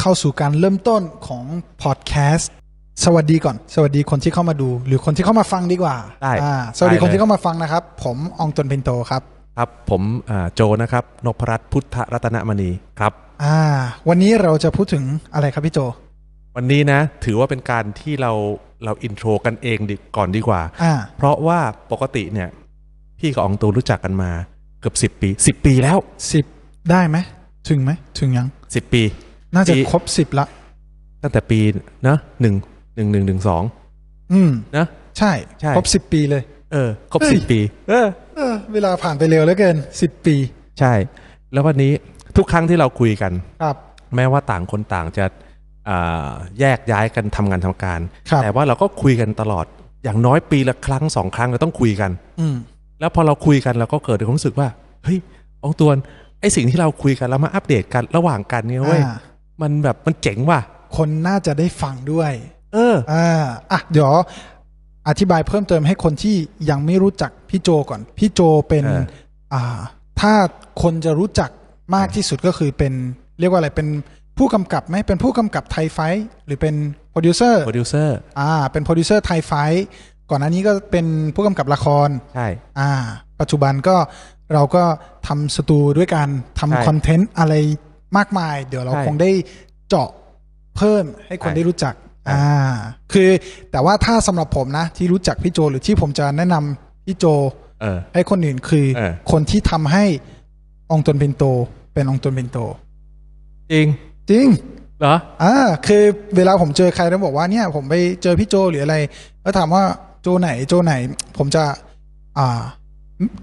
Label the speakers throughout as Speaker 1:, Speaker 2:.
Speaker 1: เข้าสู่การเริ่มต้นของพอดแคสต์สวัสดีก่อน สวัสดีคนที่เข้ามาดู หรือคนที่เข้ามาฟังดีกว่า
Speaker 2: ได้
Speaker 1: อ่าสวัสดี
Speaker 2: ได้เลย
Speaker 1: คนที่เข้ามาฟังนะครับ ผมอองตนเพนโตครับ
Speaker 2: ครับผมอ่าโจนะครับนพรัตน์พุทธรัตนมณีครับ
Speaker 1: อ่า วันนี้เราจะพูดถึงอะไรครับพี่โจ
Speaker 2: วันนี้นะถือว่าเป็นการที่เราเราอินโทรกันเองดีก่อนดีกว่า
Speaker 1: อ่า
Speaker 2: เพราะว่าปกติเนี่ย พี่กับอองตูนรู้จักกันมาเกือบ 10 ปี 10 ปีแล้ว
Speaker 1: สิบได้ไหมถึงไหมถึงยัง
Speaker 2: 10 ปี
Speaker 1: น่าจะ
Speaker 2: ปี
Speaker 1: ครบสิบละ
Speaker 2: ตั้งแต่ปีนะหนึ่งหนึ่งหนึ่งหนึ่งสอง
Speaker 1: อืม
Speaker 2: นะ
Speaker 1: ใช่
Speaker 2: ใช่
Speaker 1: ครบสิบปีเลย
Speaker 2: เออครบ
Speaker 1: เฮ้ย
Speaker 2: 10 ปี เออ
Speaker 1: เออ เวลาผ่านไปเร็วเหลือเกินสิบปี
Speaker 2: ใช่ แล้ววันนี้ทุกครั้งที่เราคุยกัน
Speaker 1: ครับ
Speaker 2: แม้ว่าต่างคนต่างจะอ่าแยกย้ายกันทำงานทำการ
Speaker 1: ครับ
Speaker 2: แต่ว่าเราก็คุยกันตลอดอย่างน้อยปีละครั้งสองครั้งเราต้องคุยกัน
Speaker 1: อืม
Speaker 2: แล้วพอเราคุยกันเราก็เกิดความรู้สึกว่าเฮ้ยอองตวนไอสิ่งที่เราคุยกันแล้วมาอัปเดตกันระหว่างกันเนี่ยเว้ย
Speaker 1: อ่า
Speaker 2: มันแบบมันเจ๋งว่ะ
Speaker 1: คนน่าจะได้ฟังด้วย
Speaker 2: เออ
Speaker 1: อ่าอ่ะเดี๋ยวอธิบายเพิ่มเติมให้คนที่ยังไม่รู้จักพี่โจก่อน พี่โจเป็น
Speaker 2: เออ
Speaker 1: อ่า ถ้าคนจะรู้จักมากที่สุดก็คือเป็นเรียกว่าอะไรเป็นผู้กำกับไหมเป็นผู้กำกับไทยไฟท์หรือเป็นโปรดิวเซอร์
Speaker 2: โปรดิวเซอร์
Speaker 1: อ่า เป็นโปรดิวเซอร์ไทยไฟท์ก่อนหน้านี้ก็เป็นผู้กำกับละคร
Speaker 2: ใช่
Speaker 1: อ่า ปัจจุบันก็เราก็ทำสตูด้วยกัน
Speaker 2: ใช่
Speaker 1: ทำคอนเทนต์อะไรมากมาย เดี๋ยวเรา
Speaker 2: ใช่
Speaker 1: คงได้เจาะเพิ่มให้คน
Speaker 2: ใช่
Speaker 1: ได้รู้จัก
Speaker 2: ใช่
Speaker 1: อ่า คือแต่ว่าถ้าสำหรับผมนะ ที่รู้จักพี่โจหรือที่ผมจะแนะนำพี่โจ
Speaker 2: เออ
Speaker 1: ให้คนอื่นคือ
Speaker 2: เออ
Speaker 1: คนที่ทำให้องตนเป็นโต เป็นองตนเป็นโต
Speaker 2: จริง
Speaker 1: จริง
Speaker 2: เหรอ
Speaker 1: อ่าคือเวลาผมเจอใครแล้วบอกว่าเนี่ยผมไปเจอพี่โจหรืออะไร แล้วถามว่าโจไหนโจไหน ผมจะ อ่า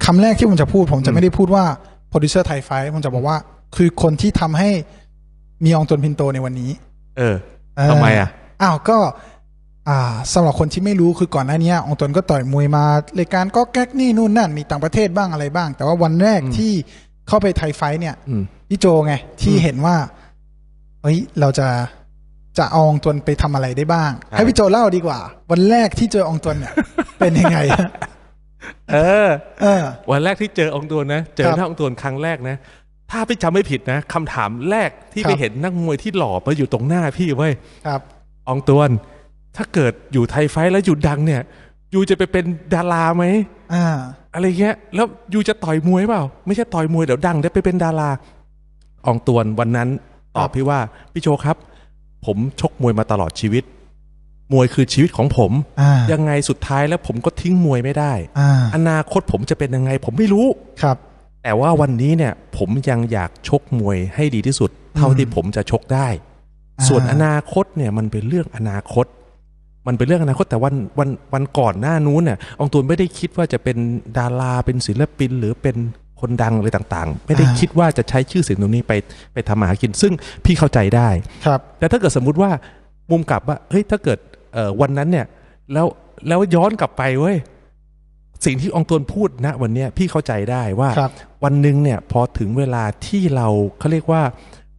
Speaker 1: คำแรกที่ผมจะพูด ผมจะไม่ได้พูดว่าโปรดิวเซอร์ไทยไฟท์ผมจะบอกว่า คือคนที่ทำให้มีอองตวนพินโตในวันนี้
Speaker 2: เออ
Speaker 1: เออ
Speaker 2: ทำไมอ่ะ
Speaker 1: อ้าวก็ อ่าสำหรับคนที่ไม่รู้คือก่อนหน้านี้อองตวนก็ต่อยมวยมารายการก็แก๊กนี่นู่นนั่นมีต่างประเทศบ้างอะไรบ้าง แต่ว่าวันแรกที่เข้าไปไทยไฟท์เนี่ย
Speaker 2: อืม
Speaker 1: พี่โจไง ที่
Speaker 2: อืม
Speaker 1: เห็นว่าเฮ้ยเราจะจะเอาอองตวนไปทำอะไรได้บ้าง
Speaker 2: ใช่
Speaker 1: ให้พี่โจเล่าดีกว่า วันแรกที่เจออองตวนเนี่ย เป็นยังไง
Speaker 2: เออ
Speaker 1: เออ
Speaker 2: วันแรกที่เจออองตวนนะ เจ
Speaker 1: ค
Speaker 2: อ
Speaker 1: รับ
Speaker 2: หน้าอองตวนครั้งแรกนะ ถ้าพี่จำไม่ผิดนะคำถามแรกที่
Speaker 1: ครับ
Speaker 2: ไปเห็นนักมวยที่หล่อมาอยู่ตรงหน้าพี่เว้ย
Speaker 1: ครับ
Speaker 2: อองตวน ถ้าเกิดอยู่ไทยไฟท์แล้วอยู่ดังเนี่ย ยูจะไปเป็นดาราไหม
Speaker 1: อ่า
Speaker 2: อะไรเงี้ย แล้วยูจะต่อยมวยเปล่า ไม่ใช่ต่อยมวยเดี๋ยวดังได้ไปเป็นดารา อองตวนวันนั้นตอ
Speaker 1: ครั
Speaker 2: บ
Speaker 1: บ
Speaker 2: พี่ว่า พี่โชครับ ผมชกมวยมาตลอดชีวิต มวยคือชีวิตของผม
Speaker 1: อ่า
Speaker 2: ยังไงสุดท้ายแล้วผมก็ทิ้งมวยไม่ได้
Speaker 1: อ่า
Speaker 2: อนาคตผมจะเป็นยังไง ผมไม่รู้
Speaker 1: ครับ
Speaker 2: แต่ว่าวันนี้เนี่ย ผมยังอยากชกมวยให้ดีที่สุด เท่าที่ผมจะชกได้
Speaker 1: อ่า
Speaker 2: ส่วนอนาคตเนี่ยมันเป็นเรื่องอนาคต มันเป็นเรื่องอนาคตแต่วันวันวันก่อนหน้านู้นเนี่ยอองตวนไม่ได้คิดว่าจะเป็นดาราเป็นศิลปินหรือเป็นคนดังอะไรต่างๆ ไม่ได้คิดว่าจะใช้ชื่อเสียงตรงนี้ไปไปทำมาหากิน ซึ่งพี่เข้าใจได้
Speaker 1: ครับ
Speaker 2: แต่ถ้าเกิดสมมุติว่ามุมกลับว่าเฮ้ยถ้าเกิดเอ่อวันนั้นเนี่ย แล้วแล้วย้อนกลับไปเว้ยสิ่งที่อองตวนพูดนะ วันเนี้ยพี่เข้าใจได้ว่า
Speaker 1: ครับ
Speaker 2: วันหนึ่งเนี่ยพอถึงเวลาที่เราเขาเรียกว่า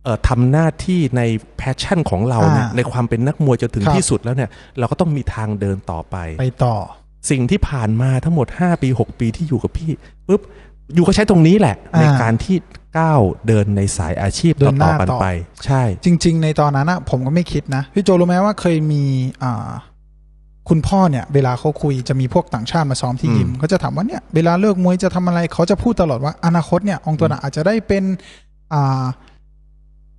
Speaker 2: เอ่อทำหน้าที่ในแพชชั่นของเราเนี่ย
Speaker 1: อ่า
Speaker 2: ในความเป็นนักมวยจนถึง
Speaker 1: ครับ
Speaker 2: ที่สุดแล้วเนี่ย เราก็ต้องมีทางเดินต่อไป
Speaker 1: ไปต่อ
Speaker 2: สิ่งที่ผ่านมาทั้งหมด 5 ปี 6 ปีที่อยู่กับพี่ปุ๊บอยู่ก็ใช้ตรงนี้แหละ
Speaker 1: อ่า
Speaker 2: ในการที่ก้าวเดินในสายอาชีพ
Speaker 1: เดินห
Speaker 2: ต่อ
Speaker 1: น้า
Speaker 2: ๆกัน
Speaker 1: ต่อ
Speaker 2: ไป ใช่
Speaker 1: จริง ๆ ในตอนนั้นอะผมก็ไม่คิดนะ พี่โจรู้ไหมว่าเคยมีอ่า คุณพ่อเนี่ย เวลาเขาคุยจะมีพวกต่างชาติมาซ้อมที่ยิม
Speaker 2: อืม
Speaker 1: เขาจะถามว่าเนี่ยเวลาเลิกมวยจะทำอะไรเขาจะพูดตลอดว่าอนาคตเนี่ยองค์ตัวน่ะอาจจะได้เป็น อ่า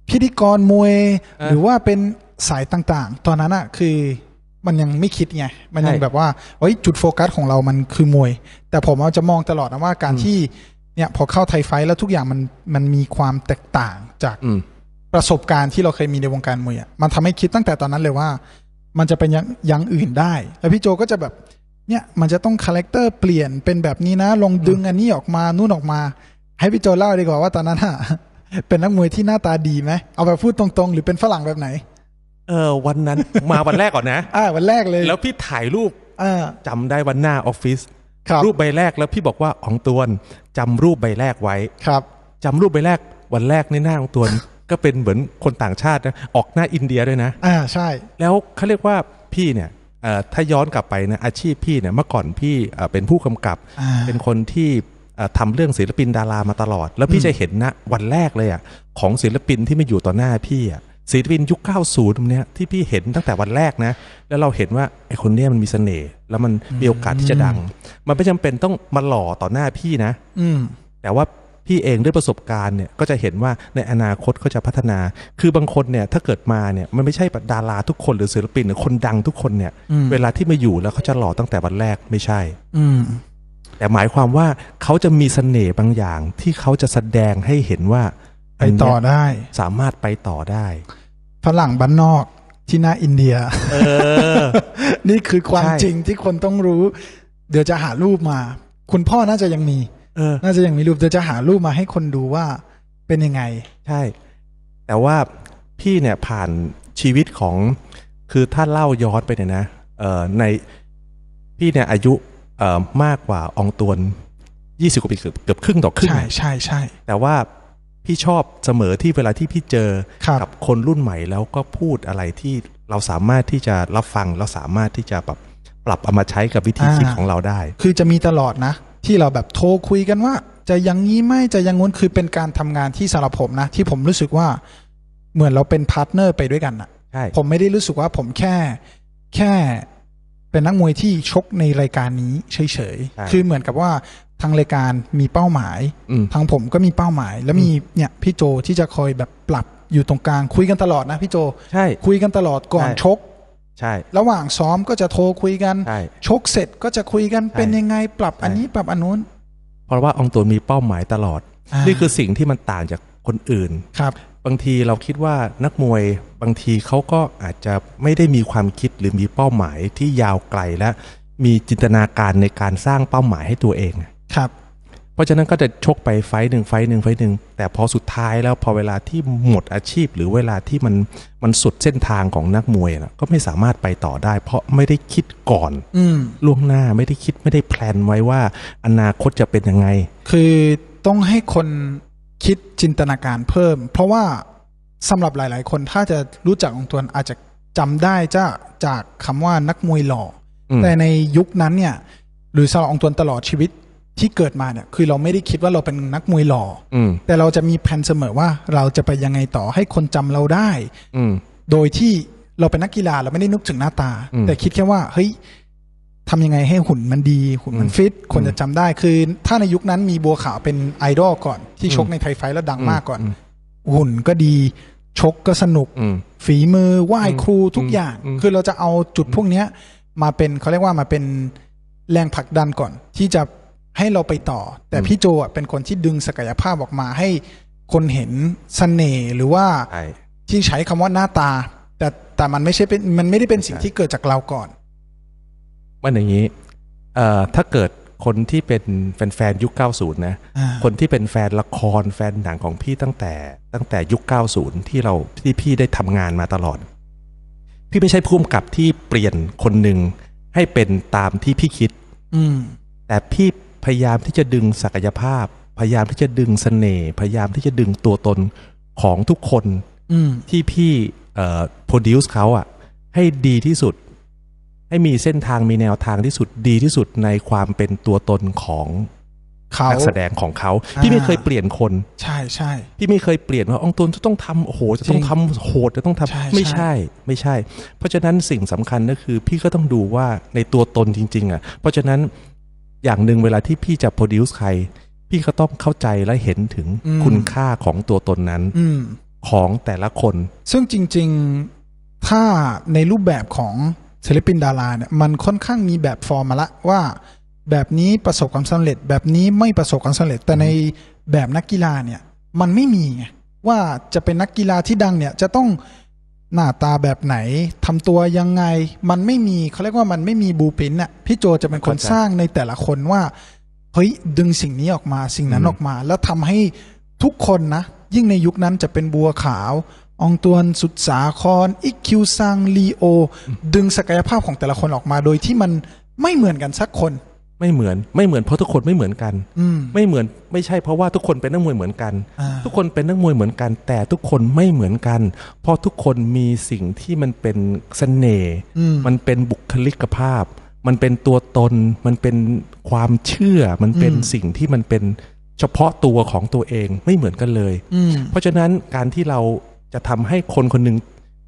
Speaker 1: พิธีกรมวย
Speaker 2: อ่ะ
Speaker 1: หรือว่าเป็นสายต่างๆ ตอนนั้นอะคือมันยังไม่คิดไง มันยัง
Speaker 2: ใช่
Speaker 1: แบบว่าเฮ้ยจุดโฟกัสของเรามันคือมวย แต่ผมเอาจะมองตลอดนะว่าการ
Speaker 2: อืม
Speaker 1: ที่เนี่ย พอเข้าไทยไฟท์แล้วทุกอย่างมันมันมีความแตกต่างจาก
Speaker 2: อืม
Speaker 1: ประสบการณ์ที่เราเคยมีในวงการมวยอะมันทำให้คิดตั้งแต่ตอนนั้นเลยว่า มันจะเป็นอย่างอย่างอื่นได้ แล้วพี่โจก็จะแบบ เนี่ย มันจะต้องคาแรคเตอร์เปลี่ยนเป็นแบบนี้นะ ลองดึงอันนี้ออกมานู่นออกมา ให้พี่โจเล่าดีกว่าว่าตอนนั้นอะ เป็นนักมวยที่หน้าตาดีไหมเอาแบบพูดตรงๆ หรือเป็นฝรั่งแบบไหน
Speaker 2: เออวันนั้น มาวันแรกก่อนนะ
Speaker 1: อ่าวันแรกเลย
Speaker 2: แล้วพี่ถ่ายรูป
Speaker 1: อ่า
Speaker 2: จำได้วันหน้าออฟฟิศ
Speaker 1: ครับ
Speaker 2: รูปใบแรกแล้วพี่บอกว่าอองตวนจำรูปใบแรกไว้
Speaker 1: ครับ
Speaker 2: จำรูปใบแรกวันแรกในหน้าของตัว ก็เป็นเหมือนคนต่างชาตินะออกหน้าอินเดียด้วยนะ
Speaker 1: อ่าใช่
Speaker 2: แล้วเขาเรียกว่าพี่เนี่ยเอ่อถ้าย้อนกลับไปนะอาชีพพี่เนี่ยเมื่อก่อนพี่เอ่อเป็นผู้กำกับ
Speaker 1: อ่า
Speaker 2: เป็นคนที่เอ่อทำเรื่องศิลปินดารามาตลอด แล้วพี่จะเห็นนะวันแรกเลยอ่ะของศิลปินที่มาอยู่ต่อหน้าพี่อ่ะ ศิลปินยุค 90ตรงเนี้ยที่พี่เห็นตั้งแต่วันแรกนะ แล้วเราเห็นว่าไอคนเนี้ยมันมีเสน่ห์แล้วมันมีโอกาสที่จะดัง มันไม่จำเป็นต้องมาหล่อต่อหน้าพี่นะ
Speaker 1: อืม
Speaker 2: แต่ว่าพี่เองด้วยประสบการณ์เนี่ยก็จะเห็นว่าในอนาคตเขาจะพัฒนา คือบางคนเนี่ยถ้าเกิดมาเนี่ยมันไม่ใช่ดาราทุกคนหรือศิลปินหรือคนดังทุกคนเนี่ย
Speaker 1: อืม
Speaker 2: เวลาที่มาอยู่แล้วเขาจะหล่อตั้งแต่วันแรกไม่ใช่
Speaker 1: อืม
Speaker 2: แต่หมายความว่าเขาจะมีเสน่ห์บางอย่างที่เขาจะแสดงให้เห็นว่า
Speaker 1: ไปต่อ
Speaker 2: เน
Speaker 1: ได้
Speaker 2: ี่ยสามารถไปต่อได้
Speaker 1: ฝรั่งบ้านนอกที่หน้าอินเดีย
Speaker 2: เออ
Speaker 1: นี่คือความ
Speaker 2: ใช่
Speaker 1: จริงที่คนต้องรู้ เดี๋ยวจะหารูปมา คุณพ่อน่าจะยังมี
Speaker 2: เออ
Speaker 1: น่าจะยังมีรูปเดี๋ยวจะหารูปมาให้คนดูว่าเป็นยังไง
Speaker 2: ใช่ แต่ว่าพี่เนี่ยผ่านชีวิตของคือถ้าเล่าย้อนไปเนี่ยนะเอ่อในพี่เนี่ยอายุเอ่อมากกว่าอองตวนยี่สิบกว่าปีเกือบเกือบครึ่งต่อครึ่ง
Speaker 1: ใช่
Speaker 2: นะ
Speaker 1: ใช่ใช่
Speaker 2: แต่ว่าพี่ชอบเสมอที่เวลาที่พี่เจอ
Speaker 1: ครับ
Speaker 2: กับคนรุ่นใหม่แล้วก็พูดอะไรที่เราสามารถที่จะรับฟังเราสามารถที่จะแบบปรับเอามาใช้กับวิธีคิด
Speaker 1: อ่า
Speaker 2: ของเราได้
Speaker 1: คือจะมีตลอดนะ ที่เราแบบโทรคุยกันว่า จะอยังงี้ไหม่จะอยังงู้นคือเป็นการทำงานที่สำหรับผมนะ ที่ผมรู้สึกว่าเหมือนเราเป็นพาร์ทเนอร์ไปด้วยกันอะ
Speaker 2: ใช่
Speaker 1: ผมไม่ได้รู้สึกว่าผมแค่แค่เป็นนักมวยที่ชกในรายการนี้เฉย
Speaker 2: ใช่
Speaker 1: ๆ คือเหมือนกับว่าทางรายการมีเป้าหมาย
Speaker 2: อืม
Speaker 1: ทางผมก็มีเป้าหมาย แล้วมีเนี่ยพี่โจที่จะคอยแบบปรับอยู่ตรงกลางคุยกันตลอดนะพี่โจ
Speaker 2: ใช่
Speaker 1: คุยกันตลอดก่อน
Speaker 2: ใช่
Speaker 1: ชก
Speaker 2: ใช่
Speaker 1: ระหว่างซ้อมก็จะโทรคุยกัน
Speaker 2: ใช่
Speaker 1: ชกเสร็จก็จะคุยกัน
Speaker 2: ใช่
Speaker 1: เป็นยังไงปรับ
Speaker 2: ใช่
Speaker 1: อันนี้ปรับอันนู้น
Speaker 2: เพราะว่าอองตวนมีเป้าหมายตลอด
Speaker 1: อ่านี่
Speaker 2: นี่คือสิ่งที่มันต่างจากคนอื่น
Speaker 1: ครับ
Speaker 2: บางทีเราคิดว่านักมวยบางทีเขาก็อาจจะไม่ได้มีความคิดหรือมีเป้าหมายที่ยาวไกลและมีจินตนาการในการสร้างเป้าหมายให้ตัวเอง
Speaker 1: ครับ
Speaker 2: เพราะฉะนั้นก็จะชกไปไฟต์หนึ่งไฟต์หนึ่งไฟต์หนึ่งแต่พอสุดท้ายแล้วพอเวลาที่หมดอาชีพ หรือเวลาที่มันมันสุดเส้นทางของนักมวยนะก็ไม่สามารถไปต่อได้ เพราะไม่ได้คิดก่อน
Speaker 1: อืม
Speaker 2: ล่วงหน้าไม่ได้คิดไม่ได้แพลนไว้ว่าอนาคตจะเป็นยังไง
Speaker 1: คือต้องให้คนคิดจินตนาการเพิ่ม เพราะว่าสำหรับหลาย ๆ คนถ้าจะรู้จักองค์ตวนอาจจะจำได้จ้าจากคำว่านักมวยหล่ออ
Speaker 2: ม
Speaker 1: แต่ในยุคนั้นเนี่ย หรือสำหรับองค์ตวนตลอดชีวิตที่เกิดมาเนี่ย คือเราไม่ได้คิดว่าเราเป็นนักมวยหล่อ
Speaker 2: อืม
Speaker 1: แต่เราจะมีแผนเสมอว่าเราจะไปยังไงต่อให้คนจำเราได้
Speaker 2: อืม
Speaker 1: โดยที่เราเป็นนักกีฬาเราไม่ได้นึกถึงหน้าตา
Speaker 2: อืม
Speaker 1: แต่คิดแค่ว่าเฮ้ยทำยังไงให้หุ่นมันดี หุ่นมันฟิตคนจะจำได้คือ ถ้าในยุคนั้นมีบัวขาวเป็นไอดอลก่อน ที่ชกในไทยไฟท์แล้วดังมากก่อน
Speaker 2: อืม
Speaker 1: หุ่นก็ดี ชกก็สนุก
Speaker 2: อืม
Speaker 1: ฝีมือไหว้ครูทุกอย่าง
Speaker 2: อืม
Speaker 1: คือเราจะเอาจุดพวกเนี้ย มาเป็นเขาเรียกว่ามาเป็นแรงผลักดันก่อน ที่จะให้เราไปต่อ แต่พี่โจอ่ะเป็นคนที่ดึงศักยภาพออกมาให้คนเห็นเสน่ห์หรือว่า
Speaker 2: ใช่
Speaker 1: ที่ใช้คำว่าหน้าตา แต่แต่มันไม่ใช่เป็นมันไม่ได้เป็นสิ่งที่เกิดจากเราก่อน
Speaker 2: มันอย่างนี้เอ่อถ้าเกิดคนที่เป็นแฟนๆยุค 90 นะ
Speaker 1: อ่า
Speaker 2: คนที่เป็นแฟนละครแฟนหนังของพี่ตั้งแต่ตั้งแต่ยุค 90 ที่เราที่พี่ได้ทำงานมาตลอด พี่ไม่ใช่พุ่มกับที่เปลี่ยนคนหนึ่งให้เป็นตามที่พี่คิด
Speaker 1: อืม
Speaker 2: แต่พี่พยายามที่จะดึงศักยภาพ พยายามที่จะดึงเสน่ห์พยายามที่จะดึงตัวตนของทุกคน
Speaker 1: อืม
Speaker 2: ที่พี่เอ่อ produce เขาอะให้ดีที่สุด ให้มีเส้นทางมีแนวทางที่สุดดีที่สุดในความเป็นตัวตนของ
Speaker 1: เขา
Speaker 2: นักแสดงของเขา
Speaker 1: อ่า
Speaker 2: พี่ไม่เคยเปลี่ยนคน
Speaker 1: ใช่ใช่
Speaker 2: พี่ไม่เคยเปลี่ยนว่าอองตนจะต้องทำโอ้โหจะต้องทำโหดจะต้องท
Speaker 1: ใช่
Speaker 2: ำไม่
Speaker 1: ใช่
Speaker 2: ใช่ไม่ใช่ เพราะฉะนั้นสิ่งสำคัญก็คือ พี่ก็ต้องดูว่าในตัวตนจริง ๆอะเพราะฉะนั้นอย่างหนึ่งเวลาที่พี่จะ produce ใคร พี่ก็ต้องเข้าใจและเห็นถึงคุณค่าของตัวตนนั้น
Speaker 1: อืม
Speaker 2: ของแต่ละคน
Speaker 1: ซึ่งจริง ๆ ถ้าในรูปแบบของศิลปินดาราเนี่ย มันค่อนข้างมีแบบฟอร์มมาละว่า แบบนี้ประสบความสำเร็จ แบบนี้ไม่ประสบความสำเร็จ แต่ในแบบนักกีฬาเนี่ย มันไม่มีไงว่าจะเป็นนักกีฬาที่ดังเนี่ย จะต้องหน้าตาแบบไหนทำตัวยังไง มันไม่มีเขาเรียกว่ามันไม่มีบูพินน่ะพี่โจจะเป็นคน
Speaker 2: เข้าใจ
Speaker 1: สร้างในแต่ละคนว่า เฮ้ยดึงสิ่งนี้ออกมาสิ่งนั้นออกมา แล้วทำให้ทุกคนนะ ยิ่งในยุคนั้นจะเป็นบัวขาว อองตวนสุดสาครอิกคิวซังลีโอ ดึงศักยภาพของแต่ละคนออกมาโดยที่มันไม่เหมือนกันสักคน
Speaker 2: ไม่เหมือนไม่เหมือนเพราะทุกคนไม่เหมือนกัน
Speaker 1: อืม
Speaker 2: ไม่เหมือนไม่ใช่เพราะว่าทุกคนเป็นนักมวยเหมือนกัน
Speaker 1: อ่า
Speaker 2: ทุกคนเป็นนักมวยเหมือนกัน แต่ทุกคนไม่เหมือนกัน เพราะทุกคนมีสิ่งที่มันเป็นเสน่ห์มันเป็นบุคลิกภาพ มันเป็นตัวตน มันเป็นความเชื่อ มันเป็นสิ่งที่มันเป็นเฉพาะตัวของตัวเองไม่เหมือนกันเลย
Speaker 1: อืม
Speaker 2: เพราะฉะนั้นการที่เรา จะทำให้คนคนหนึ่ง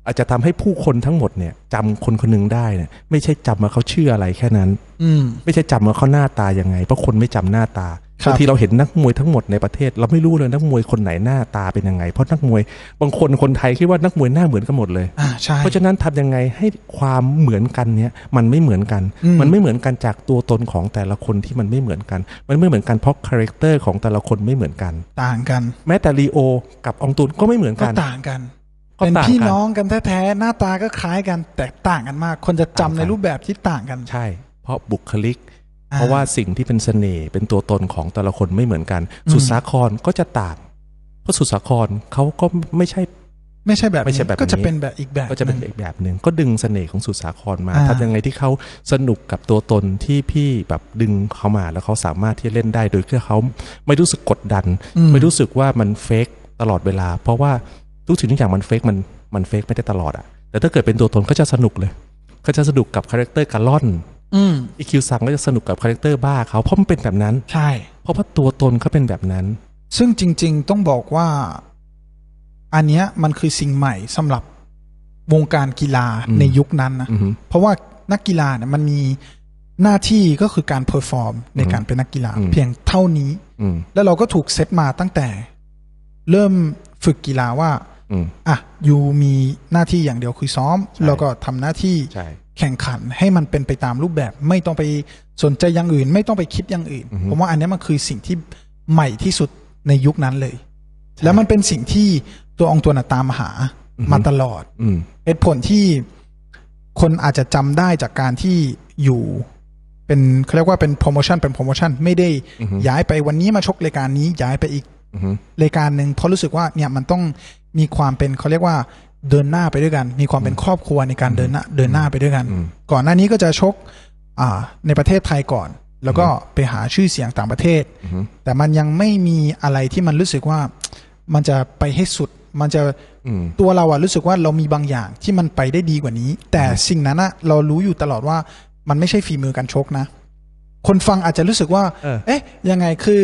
Speaker 2: อาจจะทำให้ผู้คนทั้งหมดเนี่ยจำคนคนหนึ่งได้เนี่ยไม่ใช่จำว่าเขาชื่ออะไรแค่นั้น
Speaker 1: อืม
Speaker 2: ไม่ใช่จำว่าเขาหน้าตายังไง เพราะคนไม่จำหน้าตา
Speaker 1: ครับ
Speaker 2: บางทีเราเห็นนักมวยทั้งหมดในประเทศ เราไม่รู้เลยนักมวยคนไหนหน้าตาเป็นยังไง เพราะนักมวยบางคนคนไทยคิดว่านักมวยหน้าเหมือนกันหมดเลย
Speaker 1: อ่าใช่
Speaker 2: เพราะฉะนั้นทำยังไงให้ความเหมือนกันเนี้ยมันไม่เหมือนกัน
Speaker 1: อืม
Speaker 2: มันไม่เหมือนกันจากตัวตนของแต่ละคนที่มันไม่เหมือนกัน มันไม่เหมือนกันเพราะคาแรคเตอร์ของแต่ละคนไม่เหมือนกัน
Speaker 1: ต่างกัน
Speaker 2: แม้แต่ลีโอกับอองตูนก็ไม่เหมือน
Speaker 1: ก็
Speaker 2: กัน
Speaker 1: ต่างกัน
Speaker 2: ก็
Speaker 1: เป็น
Speaker 2: ต่าง
Speaker 1: พี่
Speaker 2: กัน
Speaker 1: น้องกันแท้ๆหน้าตาก็คล้ายกันแต่ต่างกันมาก คนจะจำ
Speaker 2: ต่างกัน
Speaker 1: ในรูปแบบที่ต่างกัน
Speaker 2: ใช่ เพราะบุคลิก
Speaker 1: อ่า
Speaker 2: เพราะว่าสิ่งที่เป็นเสน่ห์เป็นตัวตนของแต่ละคนไม่เหมือนกัน
Speaker 1: อืม
Speaker 2: สุดสาครก็จะต่างเพราะสุดสาครเขาก็ไม่ใช่
Speaker 1: ไม่ใช่แบบ
Speaker 2: ไม่
Speaker 1: นี้
Speaker 2: ใช่แบบนี้
Speaker 1: ก็จะเป็นแบบอีกแบบ
Speaker 2: ก็จะเป็น
Speaker 1: หนึ่ง
Speaker 2: อีกแบบหนึ่งก็ดึงเสน่ห์ของสุดสาครมา
Speaker 1: อ่า
Speaker 2: ทำยังไงที่เขาสนุกกับตัวตนที่พี่แบบดึงเขามาแล้วเขาสามารถที่จะเล่นได้โดยที่เขาไม่รู้สึกกดดัน
Speaker 1: อื
Speaker 2: ไม่รู้สึกว่ามันเฟกตลอดเวลา เพราะว่าทุกสิ่งทุกอย่างมันเฟกมันมันเฟกไม่ได้ตลอดอะแต่ถ้าเกิดเป็นตัวตนก็จะสนุกเลยเขาจะสนุกกับคาแรคเตอร์การล่อน
Speaker 1: อืม
Speaker 2: อีคิวซังก็จะสนุกกับคาแรคเตอร์บ้าเขาเพราะมันเป็นแบบนั้น
Speaker 1: ใช่
Speaker 2: เพราะว่าตัวตนเขาเป็นแบบนั้น
Speaker 1: ซึ่งจริง ๆ ต้องบอกว่า อันเนี้ยมันคือสิ่งใหม่สำหรับวงการกีฬา
Speaker 2: อืม
Speaker 1: ในยุคนั้นนะ
Speaker 2: อือฮึ
Speaker 1: เพราะว่านักกีฬาเนี่ยมันมีหน้าที่ก็คือการเพอร์ฟอร์มในการเป็นนักกีฬา
Speaker 2: อืม
Speaker 1: เพียงเท่านี้
Speaker 2: อืม
Speaker 1: แล้วเราก็ถูกเซตมาตั้งแต่ เริ่มฝึกกีฬาว่า
Speaker 2: อืม
Speaker 1: อ่ะยูมีหน้าที่อย่างเดียวคือซ้อม
Speaker 2: ใช่
Speaker 1: แล้วก็ทำหน้าที่
Speaker 2: ใช่
Speaker 1: แข่งขันให้มันเป็นไปตามรูปแบบ ไม่ต้องไปสนใจอย่างอื่น ไม่ต้องไปคิดอย่างอื่น
Speaker 2: อือฮึ
Speaker 1: ผมว่าอันเนี้ยมันคือสิ่งที่ใหม่ที่สุดในยุคนั้นเลย แล้วมันเป็นสิ่งที่ตัวองค์ตัวน่ะตามหา
Speaker 2: อือฮึ
Speaker 1: มาตลอด
Speaker 2: อืม
Speaker 1: เหตุผลที่คนอาจจะจำได้จากการที่อยู่ เป็นเขาเรียกว่าเป็นโปรโมชั่นเป็นโปรโมชั่นไม่ได้
Speaker 2: อือฮึ
Speaker 1: ย้ายไปวันนี้มาชกรายการนี้ย้ายไปอีก
Speaker 2: อือฮึ
Speaker 1: รายการหนึ่งเพราะรู้สึกว่าเนี่ยมันต้องมีความเป็นเขาเรียกว่าเดินหน้าไปด้วยกัน มีความเป็นครอบครัวในการเดินหน้าเดินหน้าไปด้วยกัน
Speaker 2: อืม
Speaker 1: ก่อนหน้านี้ก็จะชก อ่า ในประเทศไทยก่อน แล้วก็ไปหาชื่อเสียงต่างประเทศ
Speaker 2: อือฮึ
Speaker 1: แต่มันยังไม่มีอะไรที่มันรู้สึกว่า มันจะไปให้สุด มันจะ
Speaker 2: อืม
Speaker 1: ตัวเราอะรู้สึกว่าเรามีบางอย่างที่มันไปได้ดีกว่านี้ แต่สิ่งนั้นอะเรารู้อยู่ตลอดว่ามันไม่ใช่ฝีมือการชกนะ คนฟังอาจจะรู้สึกว่า
Speaker 2: เออ
Speaker 1: เอ๊ะ ยังไงคือ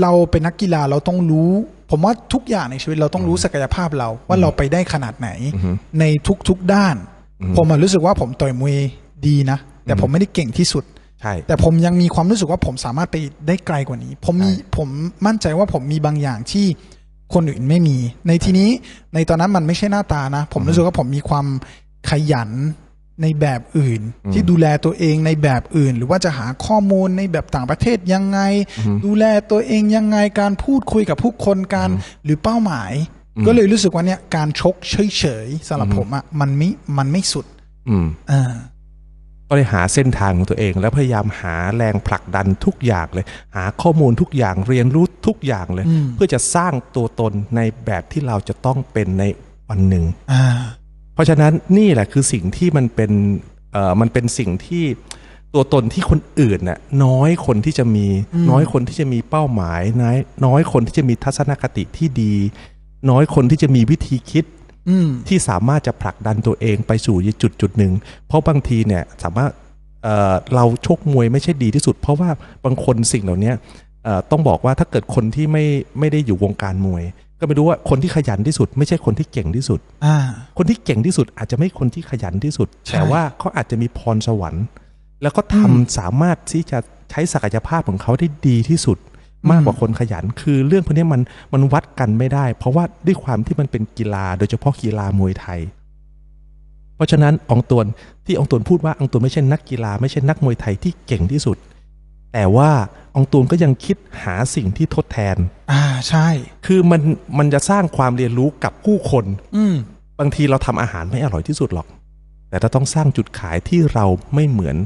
Speaker 1: เราเป็นนักกีฬาเราต้องรู้ ผมว่าทุกอย่างในชีวิตเราต้องรู้ศักยภาพเราว่าเราไปได้ขนาดไหน
Speaker 2: อือฮึ
Speaker 1: ในทุกๆด้าน
Speaker 2: อือฮึ
Speaker 1: ผมอะรู้สึกว่าผมต่อยมวยดีนะ แต่ผมไม่ได้เก่งที่สุด
Speaker 2: ใช่
Speaker 1: แต่ผมยังมีความรู้สึกว่าผมสามารถไปได้ไกลกว่านี้ ผมมี
Speaker 2: ใช่
Speaker 1: ผมมั่นใจว่าผมมีบางอย่างที่คนอื่นไม่มี ในทีนี้ในตอนนั้นมันไม่ใช่หน้าตานะ ผมรู้สึกว่าผมมีความขยันในแบบอื่น ที่ดูแลตัวเองในแบบอื่น หรือว่าจะหาข้อมูลในแบบต่างประเทศยังไง ดูแลตัวเองยังไงการพูดคุยกับผู้คนการหรือเป้าหมาย ก็เลยรู้สึกว่าเนี่ยการชกเฉยๆสำหรับผมอะ่ะมันไม่มันไม่สุด
Speaker 2: อืม
Speaker 1: อ่า
Speaker 2: ก็เลยหาเส้นทางของตัวเอง แล้วพยายามหาแรงผลักดันทุกอย่างเลย หาข้อมูลทุกอย่างเรียนรู้ทุกอย่างเลย
Speaker 1: อืม
Speaker 2: เพื่อจะสร้างตัวตนในแบบที่เราจะต้องเป็นในวันหนึ่ง
Speaker 1: อ่า
Speaker 2: เพราะฉะนั้นนี่แหละคือสิ่งที่มันเป็นเอ่อมันเป็นสิ่งที่ตัวตนที่คนอื่นน่ะน้อยคนที่จะมีน้อยคนที่จะมีเป้าหมายน้อยน้อยคนที่จะมีทัศนคติที่ดี น้อยคนที่จะมีวิธีคิด
Speaker 1: อืม
Speaker 2: ที่สามารถจะผลักดันตัวเองไปสู่จุดจุดหนึ่งเพราะบางทีเนี่ยสามารถเอ่อเราชกมวยไม่ใช่ดีที่สุด เพราะว่าบางคนสิ่งเหล่าเนี้ยเอ่อต้องบอกว่าถ้าเกิดคนที่ไม่ไม่ได้อยู่วงการมวย ก็ไม่รู้ว่าคนที่ขยันที่สุด ไม่ใช่คนที่เก่งที่สุด
Speaker 1: อ่า
Speaker 2: คนที่เก่งที่สุดอาจจะไม่คนที่ขยันที่สุด
Speaker 1: ใช่
Speaker 2: แต่ว่าเขาอาจจะมีพรสวรรค์ แล้วก็ทำ
Speaker 1: อืม
Speaker 2: สามารถที่จะใช้ศักยภาพของเขาได้ดีที่สุด มากกว่าคนขยัน คือเรื่องพวกนี้มันมันวัดกันไม่ได้ เพราะว่าด้วยความที่มันเป็นกีฬาโดยเฉพาะกีฬามวยไทย เพราะฉะนั้นอองตวนที่อองตวนพูดว่าอองตวนไม่ใช่นักกีฬาไม่ใช่นักมวยไทยที่เก่งที่สุด แต่ว่าอองตวนก็ยังคิดหาสิ่งที่ทดแทน
Speaker 1: อ่าใช่
Speaker 2: คือมันมันจะสร้างความเรียนรู้กับผู้คน
Speaker 1: อืม
Speaker 2: บางทีเราทำอาหารไม่อร่อยที่สุดหรอก แต่เราต้องสร้างจุดขายที่เราไม่เหมือน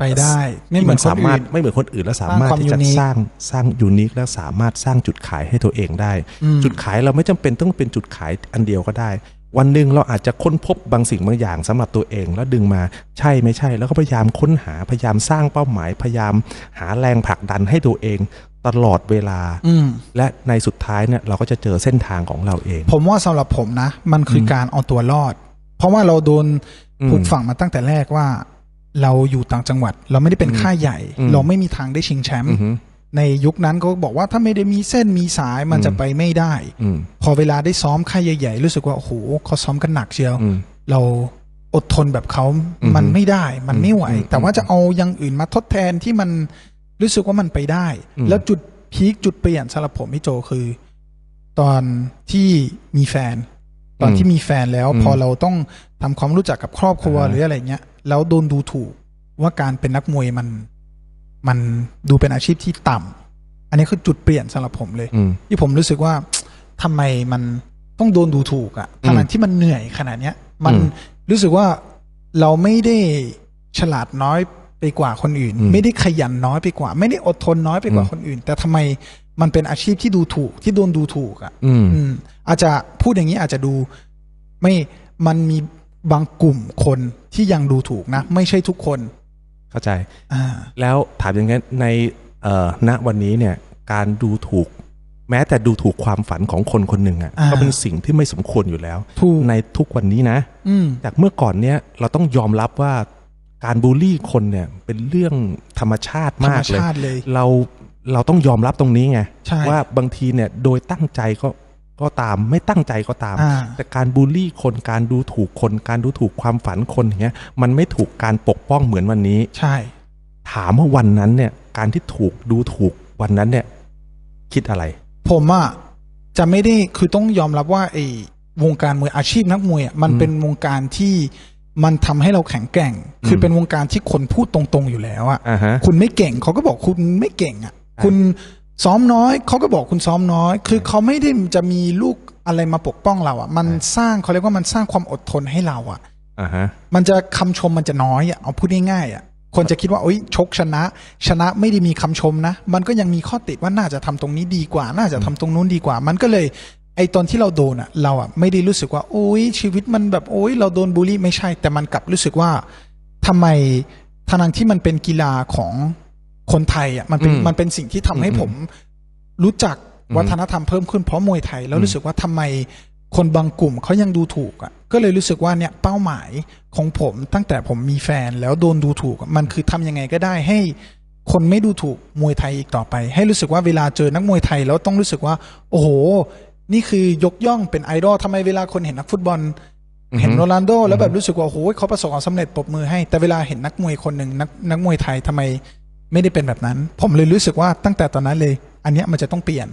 Speaker 1: ไปได้ไม่เหมือนค
Speaker 2: ที่
Speaker 1: น
Speaker 2: สามาร
Speaker 1: อื่
Speaker 2: ถ
Speaker 1: น
Speaker 2: ไม่เหมือนคนอื่นและสามารถ
Speaker 1: สร้างความ
Speaker 2: ที่จะ
Speaker 1: unique
Speaker 2: สร้างสร้างยูนิคและสามารถสร้างจุดขายให้ตัวเองได้
Speaker 1: อืม
Speaker 2: จุดขายเราไม่จำเป็นต้องเป็นจุดขายอันเดียวก็ได้ วันหนึ่งเราอาจจะค้นพบบางสิ่งบางอย่างสำหรับตัวเองแล้วดึงมาใช่ไม่ใช่ แล้วก็พยายามค้นหาพยายามสร้างเป้าหมาย พยายามหาแรงผลักดันให้ตัวเอง ตลอดเวลา
Speaker 1: อืม
Speaker 2: และในสุดท้ายเนี่ยเราก็จะเจอเส้นทางของเราเอง
Speaker 1: ผมว่าสำหรับผมนะ มันคืออการเอาตัวรอด เพราะว่าเราโดน
Speaker 2: อืม
Speaker 1: ผูกฝังมาตั้งแต่แรกว่า เราอยู่ต่างจังหวัด เราไม่ได้เป็นค่ายใหญ่
Speaker 2: อืม
Speaker 1: เราไม่มีทางได้ชิงแชมป์
Speaker 2: อือฮึ
Speaker 1: ในยุคนั้นเขาบอกว่าถ้าไม่ได้มีเส้นมีสายมันจะไปไม่ได้
Speaker 2: อืม
Speaker 1: พอเวลาได้ซ้อมค่ายใหญ่ๆ รู้สึกว่าโอ้โหเขาซ้อมกันหนักเชียว
Speaker 2: อืม
Speaker 1: เราอดทนแบบเขา
Speaker 2: อืม
Speaker 1: มันไม่ได้มันไม่ไหว
Speaker 2: อืม
Speaker 1: แต่ว่าจะเอาอยังอื่นมาทดแทนที่มันรู้สึกว่ามันไปได้
Speaker 2: อืม
Speaker 1: แล้วจุดพีคจุดเปลี่ยนสำหรับผมพี่โจคือ ตอนที่มีแฟน ตอนที่มีแฟนแล้ว พอเราต้องทำความรู้จักกับครอบครัวหรืออะไรเงี้ยแล้วโดนดูถูกว่าการเป็นนักมวยมัน มันดูเป็นอาชีพที่ต่ำอันนี้คือจุดเปลี่ยนสำหรับผมเลย
Speaker 2: อืม
Speaker 1: ที่ผมรู้สึกว่า ทำไมมันต้องโดนดูถูกอะ
Speaker 2: อืม
Speaker 1: ขนาดที่มันเหนื่อยขนาดเนี้ย มัน
Speaker 2: อืม
Speaker 1: รู้สึกว่าเราไม่ได้ฉลาดน้อยไปกว่าคนอื่น
Speaker 2: อืม
Speaker 1: ไม่ได้ขยันน้อยไปกว่า ไม่ได้อดทนน้อยไปกว่า
Speaker 2: อืม
Speaker 1: คนอื่น แต่ทำไมมันเป็นอาชีพที่ดูถูกที่โดนดูถูกอะ
Speaker 2: อืม
Speaker 1: อืมอาจจะพูดอย่างนี้อาจจะดูไม่มันมีบางกลุ่มคนที่ยังดูถูกนะ ไม่ใช่ทุกคน
Speaker 2: เข้าใจ
Speaker 1: อ่า
Speaker 2: แล้วถามอย่างนั้นในเอ่อณวันนี้เนี่ยการดูถูก แม้แต่ดูถูกความฝันของคนคนหนึ่ง
Speaker 1: อ่า
Speaker 2: อะ่ะก็เป็นสิ่งที่ไม่สมควรอยู่แล้ว
Speaker 1: ถูก
Speaker 2: ในทุกวันนี้นะ
Speaker 1: อืม
Speaker 2: จากเมื่อก่อนเนี่ยเราต้องยอมรับว่าการบูลลี่คนเนี่ยเป็นเรื่องธรรมชาติมาก
Speaker 1: ธรร
Speaker 2: เล
Speaker 1: ม
Speaker 2: ย
Speaker 1: ชาติเลย
Speaker 2: เราเราต้องยอมรับตรงนี้ไง
Speaker 1: ใช่
Speaker 2: ว่าบางทีเนี่ยโดยตั้งใจก็ก็ตามไม่ตั้งใจก็ตาม
Speaker 1: อ่า
Speaker 2: แต่การบูลลี่คนการดูถูกคน การดูถูกความฝันคนอย่างเงี้ยมันไม่ถูกการปกป้องเหมือนวันนี้
Speaker 1: ใช่
Speaker 2: ถามว่าวันนั้นเนี่ย การที่ถูกดูถูกวันนั้นเนี่ย คิดอะไร
Speaker 1: ผมอะจะไม่ได้คือต้องยอมรับว่าไอ้วงการมวยอาชีพนักมวยอะมันเป็นวงการที่มันทำให้เราแข็งแกร่ง คือเป็นวงการที่คนพูดตรงๆอยู่แล้วอะ
Speaker 2: อ่าฮะ
Speaker 1: คุณไม่เก่งเขาก็บอกคุณไม่เก่งอ่ะ คุณซ้อมน้อยเขาก็บอกคุณซ้อมน้อย คือเขาไม่ได้จะมีลูกอะไรมาปกป้องเราอ่ะ มันสร้างเขาเรียกว่ามันสร้างความอดทนให้เราอ่ะ
Speaker 2: อ่าฮะ
Speaker 1: มันจะคำชมมันจะน้อยอ่ะเอาพูดง่ายๆอ่ะคนจะคิดว่าโอ๊ยชกชนะ ชนะไม่ได้มีคำชมนะ มันก็ยังมีข้อติดว่าน่าจะทำตรงนี้ดีกว่า น่าจะทำตรงนู้นดีกว่า มันก็เลย ไอตอนที่เราโดนอ่ะ เราอ่ะไม่ได้รู้สึกว่าโอ๊ยชีวิตมันแบบโอ๊ยเราโดนบูลลี่ไม่ใช่ แต่มันกลับรู้สึกว่าทำไมทางๆที่มันเป็นกีฬาของคนไทยอ่ะมันเป็น
Speaker 2: อืม
Speaker 1: มันเป็นสิ่งที่ทำให้ผม รู้จักวัฒนธรรมเพิ่มขึ้นเพราะมวยไทย แล้วรู้สึกว่าทำไมคนบางกลุ่มเขายังดูถูกอ่ะก็เลยรู้สึกว่าเนี่ยเป้าหมายของผมตั้งแต่ผมมีแฟนแล้วโดนดูถูกอะมันคือทำยังไงก็ได้ให้ คนไม่ดูถูกมวยไทยอีกต่อไป ให้รู้สึกว่าเวลาเจอนักมวยไทยแล้วต้องรู้สึกว่า โอ้โห นี่คือยกย่องเป็นไอดอลทำไมเวลาคนเห็นนักฟุตบอล เห็นโรนัลโด แล้วแบบรู้สึกว่าโอ้โหเขาประสบความสำเร็จปรบมือให้ แต่เวลาเห็นนักมวยคนหนึ่งนักนักมวยไทยทำไมไม่ได้เป็นแบบนั้น ผมเลยรู้สึกว่าตั้งแต่ตอนนั้นเลย อันเนี้ยมันจะต้องเปลี่ยน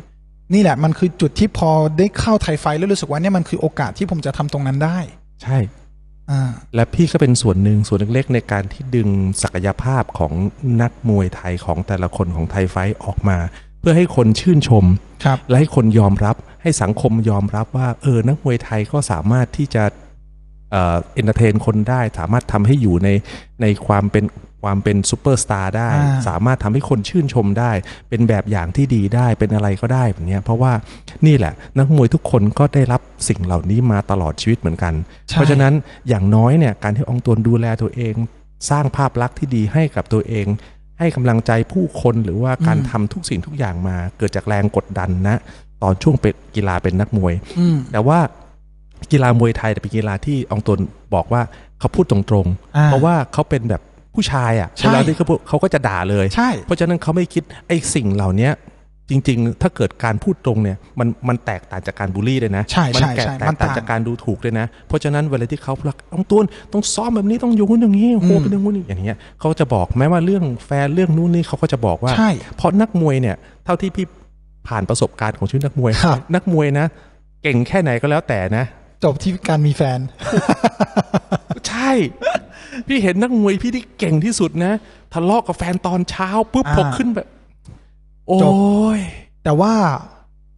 Speaker 1: นี่แหละมันคือจุดที่พอได้เข้าไทยไฟท์แล้วรู้สึกว่าเนี่ยมันคือโอกาสที่ผมจะทำตรงนั้นได้
Speaker 2: ใช่
Speaker 1: อ่า
Speaker 2: และพี่ก็เป็นส่วนหนึ่งส่วนเล็กๆ ในการที่ดึงศักยภาพของนักมวยไทยของแต่ละคนของไทยไฟท์ออกมา เพื่อให้คนชื่นชม
Speaker 1: ครับ
Speaker 2: และให้คนยอมรับให้สังคมยอมรับว่า เออนักมวยไทยก็สามารถที่จะเอ่อเอนเตอร์เทนคนได้ สามารถทำให้อยู่ในในความเป็นความเป็นซูเปอร์สตาร์ได้
Speaker 1: อ่า
Speaker 2: สามารถทำให้คนชื่นชมได้ เป็นแบบอย่างที่ดีได้เป็นอะไรก็ได้แบบเนี้ยเพราะว่านี่แหละ นักมวยทุกคนก็ได้รับสิ่งเหล่านี้มาตลอดชีวิตเหมือนกัน
Speaker 1: ใช่
Speaker 2: เพราะฉะนั้นอย่างน้อยเนี่ยการที่อองตวนดูแลตัวเอง สร้างภาพลักษณ์ที่ดีให้กับตัวเอง ให้กำลังใจผู้คนหรือว่าการทำทุกสิ่งทุกอย่างมา เกิดจากแรงกดดันนะ ตอนช่วงเป็นกีฬาเป็นนักมวย
Speaker 1: อืม
Speaker 2: แต่ว่ากีฬามวยไทยเนี่ยเป็นกีฬาที่อองตวนบอกว่าเขาพูดตรง
Speaker 1: อ่า
Speaker 2: ๆ เพราะว่าเขาเป็นแบบผู้ชายอ่ะ
Speaker 1: ใช่
Speaker 2: เวลาที่เขาพูดเขาก็จะด่าเลย
Speaker 1: ใช่
Speaker 2: เพราะฉะนั้นเขาไม่คิดไอ้สิ่งเหล่าเนี้ยจริง ๆ ถ้าเกิดการพูดตรงเนี่ยมันมันแตกต่างจากการบูลลี่เลยนะ
Speaker 1: ใช่
Speaker 2: มั
Speaker 1: ใช่
Speaker 2: แตก
Speaker 1: ใช่
Speaker 2: แตก
Speaker 1: มันต่า
Speaker 2: ต่า
Speaker 1: ง ง
Speaker 2: จากการดูถูกเลยนะ เพราะฉะนั้นเวลาที่เขาพลักต้องตูนต้องซ้อมแบบนี้ต้องอยู่นู่นอย่างนี้โอ้โห
Speaker 1: อืม
Speaker 2: เป็นอย่างนู้นอย่างเงี้ยเขาจะบอกแม้ว่าเรื่องแฟนเรื่องนู้นนี่เขาก็จะบอกว่า
Speaker 1: ใช่
Speaker 2: เพราะนักมวยเนี่ยเท่าที่พี่ผ่านประสบการณ์ของชีวิตนักมวย
Speaker 1: ครับ
Speaker 2: นักมวยนะ เก่งแค่ไหนก็แล้วแต่นะ
Speaker 1: จบที่การมีแฟน
Speaker 2: ใช่ พี่เห็นนักมวยพี่ที่เก่งที่สุดนะทะเลาะกับแฟนตอนเช้าปุ๊บ
Speaker 1: อ่า
Speaker 2: พกขึ้นแบบ โอ้
Speaker 1: จบ
Speaker 2: ย
Speaker 1: แต่ว่า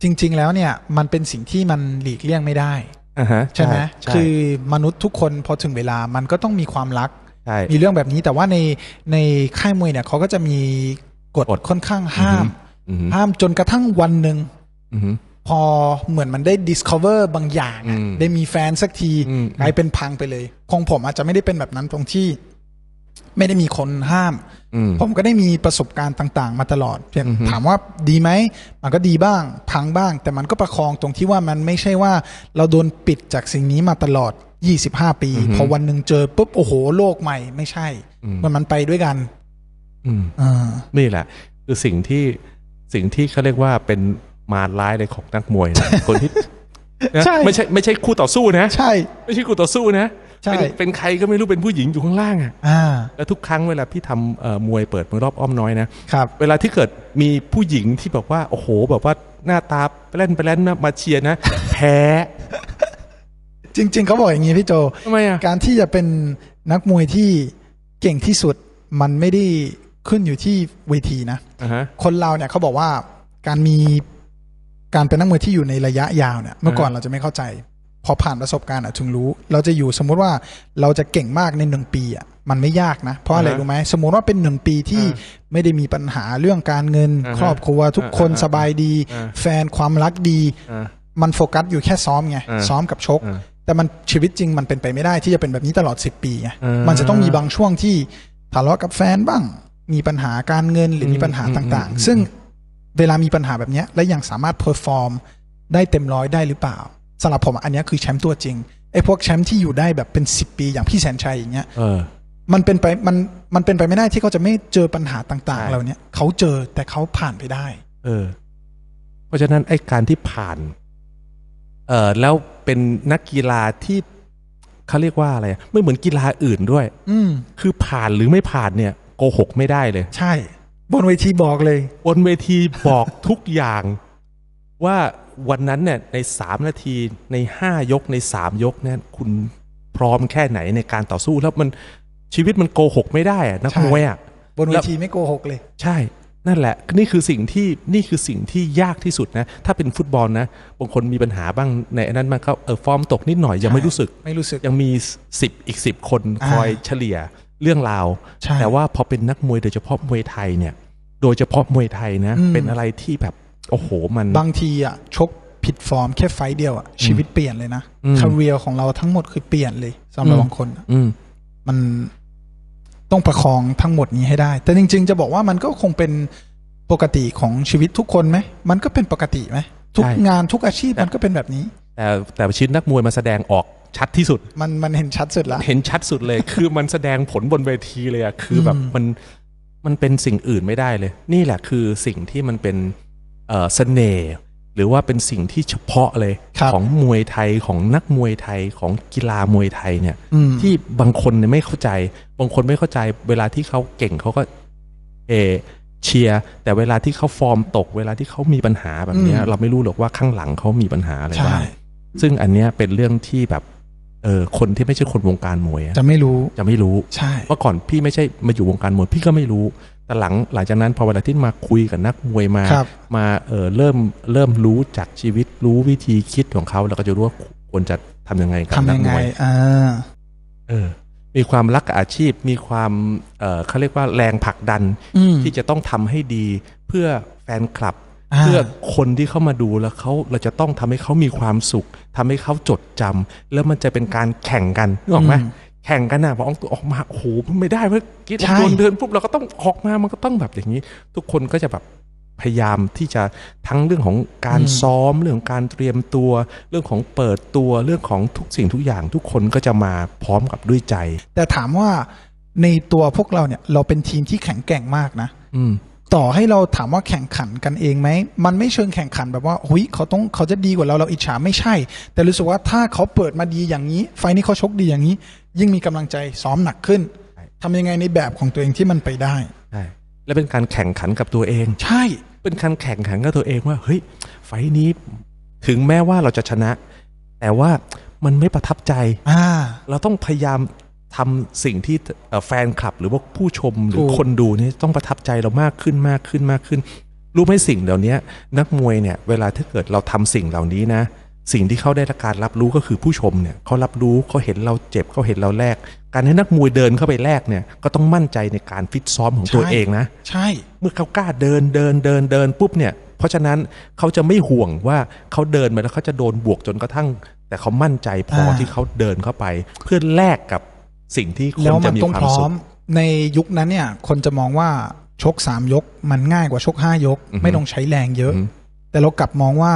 Speaker 1: จริง ๆ แล้วเนี่ยมันเป็นสิ่งที่มันหลีกเลี่ยงไม่ได้
Speaker 2: อ่าฮะ
Speaker 1: ใช่ไหม
Speaker 2: คื
Speaker 1: คือ อมนุษย์ทุกคนพอถึงเวลามันก็ต้องมีความรัก
Speaker 2: ใช่
Speaker 1: มีเรื่องแบบนี้แต่ว่าในในค่ายมวยเนี่ยเขาก็จะมีกฎ
Speaker 2: กฎ
Speaker 1: ค่อนข้างห้าม
Speaker 2: อือฮึ
Speaker 1: ห้ามจนกระทั่งวันหนึ่ง
Speaker 2: อือฮึ
Speaker 1: พอเหมือนมันได้ discover บางอย่างอะ
Speaker 2: อืม
Speaker 1: ได้มีแฟนสักที
Speaker 2: อืม
Speaker 1: กลายเป็นพังไปเลยของผมอาจจะไม่ได้เป็นแบบนั้นตรงที่ ไม่ได้มีคนห้าม
Speaker 2: อืม
Speaker 1: ผมก็ได้มีประสบการณ์ต่าง ๆ มาตลอดเพียง
Speaker 2: อือฮึ
Speaker 1: ถามว่าดีไหม มันก็ดีบ้าง พังบ้าง แต่มันก็ประคองตรงที่ว่ามันไม่ใช่ว่า เราโดนปิดจากสิ่งนี้มาตลอด 25 ปี
Speaker 2: อือฮึ
Speaker 1: พอวันหนึ่งเจอปุ๊บ โอ้โห โลกใหม่ไม่ใช่
Speaker 2: อืม
Speaker 1: มันมันไปด้วยกัน
Speaker 2: อืม
Speaker 1: อ่า
Speaker 2: นี่แหละ คือสิ่งที่ สิ่งที่เขาเรียกว่าเป็นมารร้ายเลยของนักมวยนะ คนที่นะ
Speaker 1: ใช่
Speaker 2: ไม่ใช่ไม่ใช่คู่ต่อสู้นะ
Speaker 1: ใช่
Speaker 2: ไม่ใช่คู่ต่อสู้นะ
Speaker 1: ใช่
Speaker 2: เป็นเป็นใครก็ไม่รู้เป็นผู้หญิงอยู่ข้างล่างอ่ะ
Speaker 1: อ่า
Speaker 2: แล้วทุกครั้งเวลาพี่ทำเอ่อมวยเปิดมวยรอบอ้อมน้อยนะ
Speaker 1: ครับ
Speaker 2: เวลาที่เกิดมีผู้หญิงที่แบบว่า โอ้โห แบบว่าหน้าตาแปล้นแปล้นนะมาเชียร์นะ แพ้
Speaker 1: จริง ๆเขาบอกอย่างนี้พี่โจ
Speaker 2: ทำไมอ่ะ
Speaker 1: การที่จะเป็นนักมวยที่เก่งที่สุดมันไม่ได้ขึ้นอยู่ที่เวทีนะ
Speaker 2: อ่าฮะ
Speaker 1: คนเราเนี่ยเขาบอกว่าการมีการเป็นนักมวยที่อยู่ในระยะยาวเนี่ยเมื่อก่อน
Speaker 2: อ่า
Speaker 1: เราจะไม่เข้าใจ พอผ่านประสบการณ์อะถึงรู้ เราจะอยู่สมมุติว่าเราจะเก่งมากในหนึ่งปีอ่ะมันไม่ยากนะ เพราะอะไรรู้ไหมสมมุติว่าเป็นหนึ่งปีที่ไม่ได้มีปัญหาเรื่องการเงิน ครอบครัวทุกคนสบายดี แฟนความรักดี
Speaker 2: อ่า
Speaker 1: มันโฟกัสอยู่แค่ซ้อมไง
Speaker 2: อ่า
Speaker 1: ซ้อมกับชก
Speaker 2: อ่า
Speaker 1: แต่มันชีวิตจริงมันเป็นไปไม่ได้ที่จะเป็นแบบนี้ตลอด 10 ปีไง
Speaker 2: อ่ามั
Speaker 1: มันจะต้องมีบางช่วงที่ทะเลาะกับแฟนบ้าง มีปัญหาการเงินหรือมีปัญหา
Speaker 2: อืม
Speaker 1: ต่าง
Speaker 2: อืม
Speaker 1: ๆ ซึ่งเวลามีปัญหาแบบเนี้ยและยังสามารถเพอร์ฟอร์มได้เต็มร้อยได้หรือเปล่าสำหรับผมอันเนี้ยคือแชมป์ตัวจริงไอ้พวกแชมป์ที่อยู่ได้แบบเป็น10ปีอย่างพี่แสนชัยอย่างเงี้ย
Speaker 2: เออ
Speaker 1: มันเป็นไปมันมันเป็นไปไม่ได้ที่เขาจะไม่เจอปัญหาต่างๆ
Speaker 2: ใช่
Speaker 1: เหล่าเนี้ยเขาเจอแต่เขาผ่านไปได้
Speaker 2: เออ เพราะฉะนั้นไอ้การที่ผ่าน เออแล้วเป็นนักกีฬาที่เขาเรียกว่าอะไรอะไม่เหมือนกีฬาอื่นด้วย
Speaker 1: อืม
Speaker 2: คือผ่านหรือไม่ผ่านเนี่ย โกหกไม่ได้เลย
Speaker 1: ใช่ บนเวทีบอกเลย
Speaker 2: บนเวทีบอก ทุกอย่าง ว่าวันนั้นเนี่ย ในสามนาทีในห้ายกในสามยกเนี่ย คุณพร้อมแค่ไหนในการต่อสู้แล้วมันชีวิตมันโกหกไม่ได้อะนัก
Speaker 1: ใช่
Speaker 2: มวยอะ
Speaker 1: บนเว
Speaker 2: แล้ว
Speaker 1: ทีไม่โกหกเลย
Speaker 2: ใช่ นั่นแหละ นี่คือสิ่งที่ นี่คือสิ่งที่ยากที่สุดนะ ถ้าเป็นฟุตบอลนะ บางคนมีปัญหาบ้าง ในอันนั้นมันก็เออฟอร์มตกนิดหน่อย ยังไม่รู้สึก
Speaker 1: ไม่รู้สึก
Speaker 2: ยังมี 10 อีก 10 คนคอย
Speaker 1: อ่า
Speaker 2: เฉลี่ยเรื่องราว
Speaker 1: ใช่
Speaker 2: แต่ว่าพอเป็นนักมวยโดยเฉพาะมวยไทยเนี่ย โดยเฉพาะมวยไทยนะ
Speaker 1: อืม
Speaker 2: เป็นอะไรที่แบบ โอ้โห มัน
Speaker 1: บางทีอ่ะชกผิดฟอร์มแค่ไฟต์เดียวอ่ะชีวิตเปลี่ยนเลยนะ
Speaker 2: อืม
Speaker 1: คาเรียของเราทั้งหมดคือเปลี่ยนเลยสำหรับ
Speaker 2: อืม
Speaker 1: บางคนอะ
Speaker 2: อืม
Speaker 1: มันต้องประคองทั้งหมดนี้ให้ได้ แต่จริง ๆ จะบอกว่ามันก็คงเป็นปกติของชีวิตทุกคนไหมมันก็เป็นปกติไหมทุก
Speaker 2: ใช่
Speaker 1: งานทุกอาชีพมันก็เป็นแบบนี้
Speaker 2: แต่แต่ชิ้นนักมวยมาแสดงออกชัดที่สุด
Speaker 1: มันมันเห็นชัดสุดละ
Speaker 2: เห็นชัดสุดเลย คือมันแสดงผลบนเวทีเลยอะคือแบบ
Speaker 1: อืม
Speaker 2: มันมันเป็นสิ่งอื่นไม่ได้เลย นี่แหละคือสิ่งที่มันเป็นเอ่อเสน่ห์หรือว่าเป็นสิ่งที่เฉพาะเลย
Speaker 1: ครับ
Speaker 2: ของมวยไทยของนักมวยไทยของกีฬามวยไทยเนี่ย
Speaker 1: อืม
Speaker 2: ที่บางคนเนี่ยไม่เข้าใจ บางคนไม่เข้าใจ เวลาที่เขาเก่งเขาก็เออเชียร์แต่เวลาที่เขาฟอร์มตก เวลาที่เขามีปัญหาแบบเนี้ย เราไม่รู้หรอกว่าข้างหลังเขามีปัญหาอะไร
Speaker 1: ใช่
Speaker 2: บ้าง ซึ่งอันเนี้ยเป็นเรื่องที่แบบ เออคนที่ไม่ใช่คนวงการมวยอะ
Speaker 1: จะไม่รู้
Speaker 2: จะไม่รู้
Speaker 1: ใช่
Speaker 2: เมื่อก่อนพี่ไม่ใช่มาอยู่วงการมวยพี่ก็ไม่รู้ แต่หลังหลังจากนั้นพอเวลาที่มาคุยกับนักมวยมา
Speaker 1: ครับ
Speaker 2: มาเออเริ่มเริ่มรู้จากชีวิตรู้วิธีคิดของเขาเราก็จะรู้ว่าควรจะทำยังไงกับ
Speaker 1: ทำยั
Speaker 2: นัก
Speaker 1: ง
Speaker 2: ม
Speaker 1: ไง
Speaker 2: วย
Speaker 1: อ่า
Speaker 2: เออ มีความรักกับอาชีพ มีความเออเขาเรียกว่าแรงผลักดัน
Speaker 1: อืม
Speaker 2: ที่จะต้องทำให้ดีเพื่อแฟนคลับ
Speaker 1: า
Speaker 2: เพื่อคนที่เข้ามาดูแล้วเขาเราจะต้องทำให้เขามีความสุขทำให้เขาจดจำแล้วมันจะเป็นการแข่งกันนึกออกไหม
Speaker 1: อืม
Speaker 2: แข่งกันนะพอออกตัวออกมาโอ้โหไม่ได้เว้ยกิด
Speaker 1: ใช่
Speaker 2: โดนเดินปุ๊บเราก็ต้องออกมามันก็ต้องแบบอย่างนี้ ทุกคนก็จะแบบพยายามที่จะทั้งเรื่องของการซ้อมเรื่องของการเตรียมตัว เรื่องของเปิดตัวเรื่องของทุกสิ่งทุกอย่าง ทุกคนก็จะมาพร้อมกับด้วยใจ
Speaker 1: แต่ถามว่าในตัวพวกเราเนี่ย เราเป็นทีมที่แข็งแกร่งมากนะ
Speaker 2: อืม
Speaker 1: ต่อให้เราถามว่าแข่งขันกันเองไหม มันไม่เชิงแข่งขันแบบว่าหุยเขาต้องเขาจะดีกว่าเราเราอิจฉาไม่ใช่ แต่รู้สึกว่าถ้าเขาเปิดมาดีอย่างนี้ ไฟล์นี้เขาชกดีอย่างนี้ ยิ่งมีกำลังใจซ้อมหนักขึ้น
Speaker 2: ใช่
Speaker 1: ทำยังไงในแบบของตัวเองที่มันไปได้
Speaker 2: ใช่และเป็นการแข่งขันกับตัวเอง
Speaker 1: ใช่
Speaker 2: เป็นการแข่งขันกับตัวเองว่า เฮ้ย ไฟท์นี้ถึงแม้ว่าเราจะชนะ แต่ว่ามันไม่ประทับใจ
Speaker 1: อ่า
Speaker 2: เราต้องพยายามทำสิ่งที่เอ่อแฟนคลับ หรือว่าผู้ชมหรือ
Speaker 1: ถูก
Speaker 2: คนดูเนี่ยต้องประทับใจเรามากขึ้นมากขึ้นมากขึ้น รู้ไหมสิ่งเหล่านี้นักมวยเนี่ย เวลาถ้าเกิดเราทำสิ่งเหล่านี้นะ สิ่งที่เขาได้รับการรับรู้ก็คือผู้ชมเนี่ยเขารับรู้เขาเห็นเราเจ็บเขาเห็นเราแลกการให้นักมวยเดินเข้าไปแลกเนี่ยก็ต้องมั่นใจในการฟิตซ้อมของตัวเองนะ
Speaker 1: ใช่
Speaker 2: เมื่อเขากล้าเดินเดินเดินเดินปุ๊บเนี่ย เพราะฉะนั้นเขาจะไม่ห่วงว่าเขาเดินมาแล้วเขาจะโดนบวกจนกระทั่ง แต่เขามั่นใจพออา ที่เขาเดินเข้าไป เพื่อแลกกับสิ่งที่ค
Speaker 1: แล้
Speaker 2: น
Speaker 1: วมั
Speaker 2: จะ
Speaker 1: น
Speaker 2: มี
Speaker 1: ต้อง
Speaker 2: ค
Speaker 1: พ
Speaker 2: วาม
Speaker 1: ร้อ
Speaker 2: สุ
Speaker 1: ม
Speaker 2: ข
Speaker 1: ในยุคนั้นเนี่ย คนจะมองว่าชกสามยกมันง่ายกว่าชกห้ายก
Speaker 2: อือฮึ
Speaker 1: ไม่ต้องใช้แรงเยอะ
Speaker 2: อือฮึ
Speaker 1: แต่เรากลับมองว่า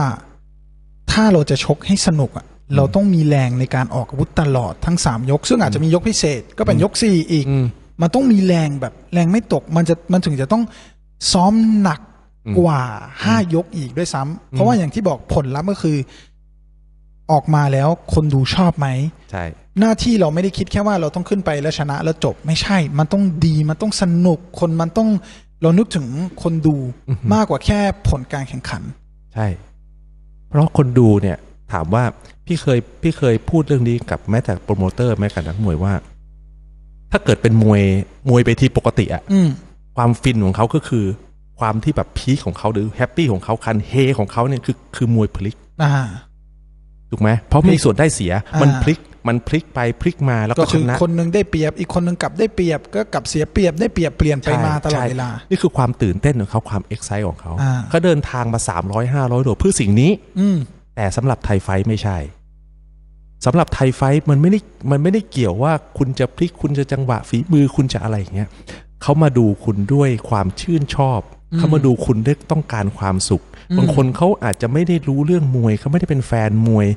Speaker 1: ถ้าเราจะชกให้สนุกอ่ะ เราต้องมีแรงในการออกอาวุธตลอดทั้งสามยก ซึ่งอาจจะมียกพิเศษก็เป็นยกสี่อีก
Speaker 2: อืม
Speaker 1: มันต้องมีแรงแบบแรงไม่ตก มันจะมันถึงจะต้องซ้อมหนัก
Speaker 2: อืม
Speaker 1: กว่าห้ายกอีกด้วยซ้ำเพราะว่าอย่างที่บอกผลลัพธ์ก็คือ ออกมาแล้วคนดูชอบไหม
Speaker 2: ใช่
Speaker 1: หน้าที่เราไม่ได้คิดแค่ว่าเราต้องขึ้นไปแล้วชนะแล้วจบไม่ใช่ มันต้องดีมันต้องสนุกคนมันต้องเรานึกถึงคนดูมากกว่าแค่ผลการแข่งขัน
Speaker 2: ใช่ เพราะคนดูเนี่ย ถามว่าพี่เคยพี่เคยพูดเรื่องนี้กับแม้แต่โปรโมเตอร์แม้กับนักมวยว่า ถ้าเกิดเป็นมวยมวยไปทีปกติอะ
Speaker 1: อืม
Speaker 2: ความฟินของเขาก็คือ ความที่แบบพีคของเขาหรือแฮปปี้ของเขาคันเฮของเขาเนี่ยคือคือมวยพลิก
Speaker 1: อ่า
Speaker 2: ถูกไหมเพราะมีส่วนได้เสีย
Speaker 1: อ่ามั
Speaker 2: มันพลิกมันพลิกไปพลิกมาแล้ว
Speaker 1: ก็
Speaker 2: ก็ช
Speaker 1: คือ
Speaker 2: นะ
Speaker 1: คนหนึงได้เปรียบ อีกคนหนึงกลับได้เปรียบก็กลับเสียเปรียบได้เปรียบเปลี่ยนไป
Speaker 2: ใช่
Speaker 1: มาตลอด
Speaker 2: ใช่
Speaker 1: เวลา
Speaker 2: นี่คือความตื่นเต้นของเขาความเอ็กไซต์ของเขา
Speaker 1: อ่า
Speaker 2: เขาเดินทางมา 300 500โดดเพื่อสิ่งนี้
Speaker 1: อืม
Speaker 2: แต่สำหรับไทยไฟท์ไม่ใช่สำหรับไทยไฟท์มันไม่ได้มันไม่ได้เกี่ยวว่าคุณจะพลิกคุณจะจังหวะฝีมือคุณจะอะไรอย่างเงี้ยเขามาดูคุณด้วยความชื่นชอบเขามาดูคุณด้วยต้องการความสุข บางคนเขาอาจจะไม่ได้รู้เรื่องมวยเขาไม่ได้เป็นแฟนมวย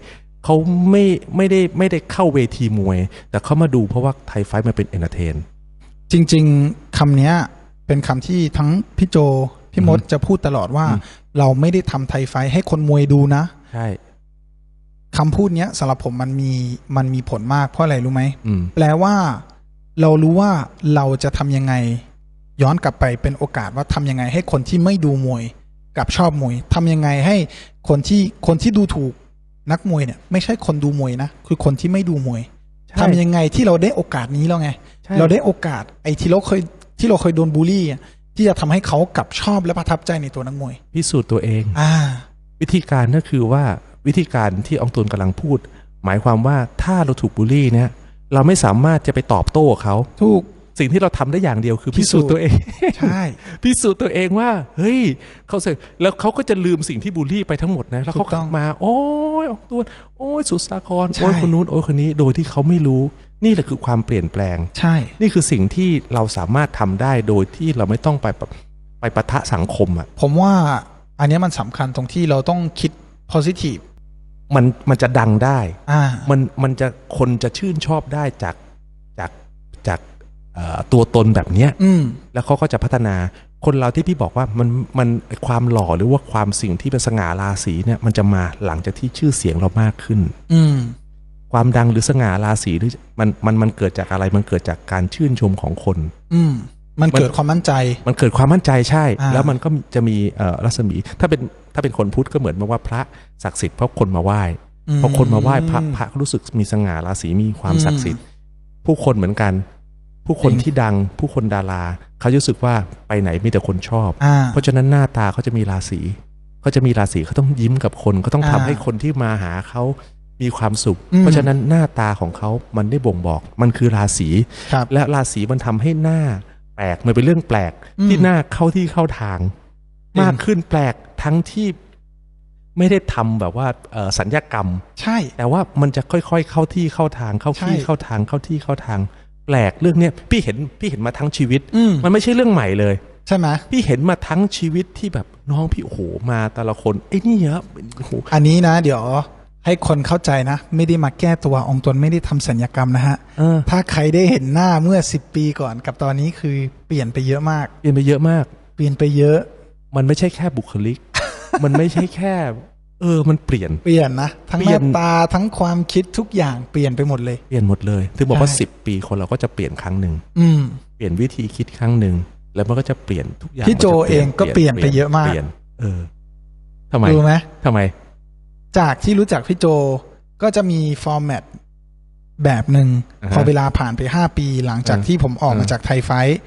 Speaker 2: เขาไม่ไม่ได้ไม่ได้เข้าเวทีมวย แต่เขามาดูเพราะว่าไทยไฟท์มันเป็นเอนเตอร์เทน
Speaker 1: จริง ๆคำเนี้ย เป็นคำที่ทั้งพี่โจ พี่มดจะพูดตลอดว่า
Speaker 2: อืม
Speaker 1: เราไม่ได้ทำไทยไฟท์ให้คนมวยดูนะ
Speaker 2: ใช่
Speaker 1: คำพูดเนี้ยสำหรับผมมันมีมันมีผลมากเพราะอะไรรู้ไหม
Speaker 2: อืม
Speaker 1: แปลว่า เรารู้ว่าเราจะทำยังไง ย้อนกลับไปเป็นโอกาสว่าทำยังไงให้คนที่ไม่ดูมวยกลับชอบมวยทำยังไงให้คนที่คนที่ดูถูกนักมวยเนี่ย ไม่ใช่คนดูมวยนะคือคนที่ไม่ดูมวย
Speaker 2: ใช่
Speaker 1: ทำยังไงที่เราได้โอกาสนี้แล้วไง
Speaker 2: ใช่
Speaker 1: เราได้โอกาสไอ้ที่เราเคยที่เราเคยโดนบูลลี่อะที่จะทำให้เขากลับชอบและประทับใจในตัวนักมวย
Speaker 2: พิสูจน์ตัวเอง
Speaker 1: อ่า
Speaker 2: วิธีการก็คือว่าวิธีการที่อองตวนกำลังพูด หมายความว่าถ้าเราถูกบูลลี่เนี่ย เราไม่สามารถจะไปตอบโต้เขา
Speaker 1: ถูก
Speaker 2: สิ่งที่เราทำได้อย่างเดียวคือพิสูจน์ตัวเอง
Speaker 1: ใช่
Speaker 2: พิสูจน์ตัวเองว่า เฮ้ยเขาเสร็จแล้วเขาก็จะลืมสิ่งที่บูลลี่ไปทั้งหมดนะแล้วเขากลับมา โอ้ยอองตวนโอ้ยสุดสาครโอ้ยคนนู้นโอ้ยคนนี้โดยที่เขาไม่รู้ นี่แหละคือความเปลี่ยนแปลง
Speaker 1: ใช่
Speaker 2: นี่คือสิ่งที่เราสามารถทำได้โดยที่เราไม่ต้องไปปะไปปะทะสังคมอ่ะ
Speaker 1: ผมว่าอันเนี้ยมันสำคัญตรงที่เราต้องคิด positive
Speaker 2: มันมันจะดังได้
Speaker 1: อ่า
Speaker 2: มันมันจะคนจะชื่นชอบได้จากจากจากเอ่อตัวตนแบบเนี้ย
Speaker 1: อืม
Speaker 2: แล้วเขาก็จะพัฒนาคนเราที่พี่บอกว่ามันมันความหล่อหรือว่าความสิ่งที่เป็นสง่าราศีเนี่ยมันจะมาหลังจากที่ชื่อเสียงเรามากขึ้น
Speaker 1: อืม
Speaker 2: ความดังหรือสง่าราศีหรือมันมันมันเกิดจากอะไรมันเกิดจากการชื่นชมของคน
Speaker 1: อืม มัน
Speaker 2: มัน
Speaker 1: เกิดความมั่นใจ
Speaker 2: มันเกิดความมั่นใจใช่
Speaker 1: อ่า
Speaker 2: แล้วมันก็จะมีเอ่อรัศมี ถ้าเป็นถ้าเป็นคนพุทธก็เหมือนว่าพระศักดิ์สิทธิ์เพราะคนมาไหว้ พอคนมาไหว้พระพระก็รู้สึกมีสง่าราศีมีความศักดิ์สิทธิ์ ผู้คนเหมือนกัน ผู้คน
Speaker 1: จริง
Speaker 2: ที่ดัง ผู้คนดารา เขาจะรู้สึกว่าไปไหนมีแต่คนชอบ
Speaker 1: อ่า
Speaker 2: เพราะฉะนั้นหน้าตาเขาจะมีราศีเขาจะมีราศีเขาต้องยิ้มกับคนเขาต้องทำ
Speaker 1: อ่า
Speaker 2: ให้คนที่มาหาเขามีความสุข
Speaker 1: อืม
Speaker 2: เพราะฉะนั้นหน้าตาของเขามันได้บ่งบอก มันคือราศี
Speaker 1: ครับ
Speaker 2: และราศีมันทำให้หน้าแปลกมันเป็นเรื่องแปลก
Speaker 1: อืม
Speaker 2: ที่หน้าเข้าที่เข้าทาง
Speaker 1: จริง
Speaker 2: มากขึ้นแปลกทั้งที่ไม่ได้ทำแบบว่าเอ่อสัญญกรรม
Speaker 1: ใช่
Speaker 2: แต่ว่ามันจะค่อยๆ เข้าที่เข้าทาง เข้าที่
Speaker 1: ใช่
Speaker 2: เข้าทางเข้าที่เข้าทาง แปลกเรื่องเนี้ยพี่เห็นพี่เห็นมาทั้งชีวิต
Speaker 1: อืม
Speaker 2: มันไม่ใช่เรื่องใหม่เลย
Speaker 1: ใช่ไหม
Speaker 2: พี่เห็นมาทั้งชีวิตที่แบบน้องพี่โอ้โหมาแต่ละคนไอ้นี่เยอะโอ้โห
Speaker 1: อันนี้นะ เดี๋ยวให้คนเข้าใจนะ ไม่ได้มาแก้ตัวองค์ตนไม่ได้ทำสัญญกรรมนะฮะ
Speaker 2: เออ
Speaker 1: ถ้าใครได้เห็นหน้าเมื่อสิบปีก่อนกับตอนนี้คือเปลี่ยนไปเยอะมาก
Speaker 2: เปลี่ยนไปเยอะมาก
Speaker 1: เปลี่ยนไปเยอะ
Speaker 2: มันไม่ใช่แค่บุคลิก มันไม่ใช่แค่ เออ มันเปลี่ยน
Speaker 1: เปลี่ยนนะทั้ง
Speaker 2: เป
Speaker 1: ห
Speaker 2: ลี่
Speaker 1: น้าย
Speaker 2: น
Speaker 1: ตาทั้งความคิดทุกอย่างเปลี่ยนไปหมดเลย
Speaker 2: เปลี่ยนหมดเลยถึงบอกว่า
Speaker 1: ใช่
Speaker 2: สิบปีคนเราก็จะเปลี่ยนครั้งหนึ่ง
Speaker 1: อืม
Speaker 2: เปลี่ยนวิธีคิดครั้งหนึ่งแล้วมันก็จะเปลี่ยนทุกอย่าง
Speaker 1: พี่โจ
Speaker 2: มันจะปลี่ยน
Speaker 1: เองก็เปลี่ยนไปเยอะมาก
Speaker 2: ปลี่นเออทำไม
Speaker 1: รู้ไหม
Speaker 2: ทำไม
Speaker 1: จากที่รู้จักพี่โจก็จะมีฟอร์แมตแบบหนึ่ง
Speaker 2: อ่าฮะ
Speaker 1: พอเวลาผ่านไปห้าปีหลังจาก
Speaker 2: อ่า
Speaker 1: ที่ผมออกมา
Speaker 2: อ่า
Speaker 1: จากไทยไฟท์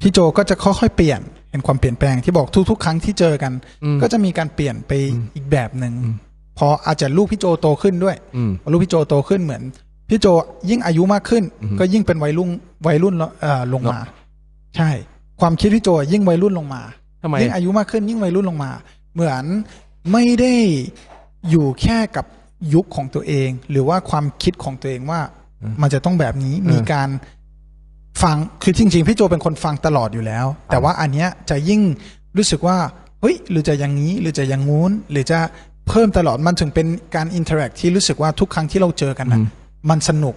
Speaker 1: พี่โจก็จะค่อยๆเปลี่ยนเห็นความเปลี่ยนแปลงที่บอกทุก ๆ ครั้งที่เจอกัน
Speaker 2: อืม
Speaker 1: ก็จะมีการเปลี่ยนไปอีกแบบหนึ่ง
Speaker 2: อืม
Speaker 1: พออาจจะลูกพี่โจโตขึ้นด้วย
Speaker 2: อืม
Speaker 1: พอลูกพี่โจโตขึ้นเหมือนพี่โจยิ่งอายุมากขึ้น
Speaker 2: อือฮึ
Speaker 1: ก็ยิ่งเป็นวัยรุ่นวัยรุ่นแล้วเอ่อลง
Speaker 2: เนอะ
Speaker 1: มา ใช่ ความคิดพี่โจยิ่งวัยรุ่นลงมา
Speaker 2: ทำไม
Speaker 1: ยิ่งอายุมากขึ้นยิ่งวัยรุ่นลงมา เหมือนไม่ได้อยู่แค่กับยุคของตัวเอง หรือว่าความคิดของตัวเองว่า
Speaker 2: อืม
Speaker 1: มันจะต้องแบบนี้
Speaker 2: เออ
Speaker 1: มีการฟังคือจริง ๆ พี่โจเป็นคนฟังตลอดอยู่แล้ว แต่ว่าอันเนี้ยจะยิ่งรู้สึกว่าเฮ้ยหรือจะอย่างนี้หรือจะอย่างงู้น หรือจะเพิ่มตลอดมันถึงเป็นการอินเทอร์แอคที่รู้สึกว่าทุกครั้งที่เราเจอกันนะ
Speaker 2: อืม
Speaker 1: มันสนุก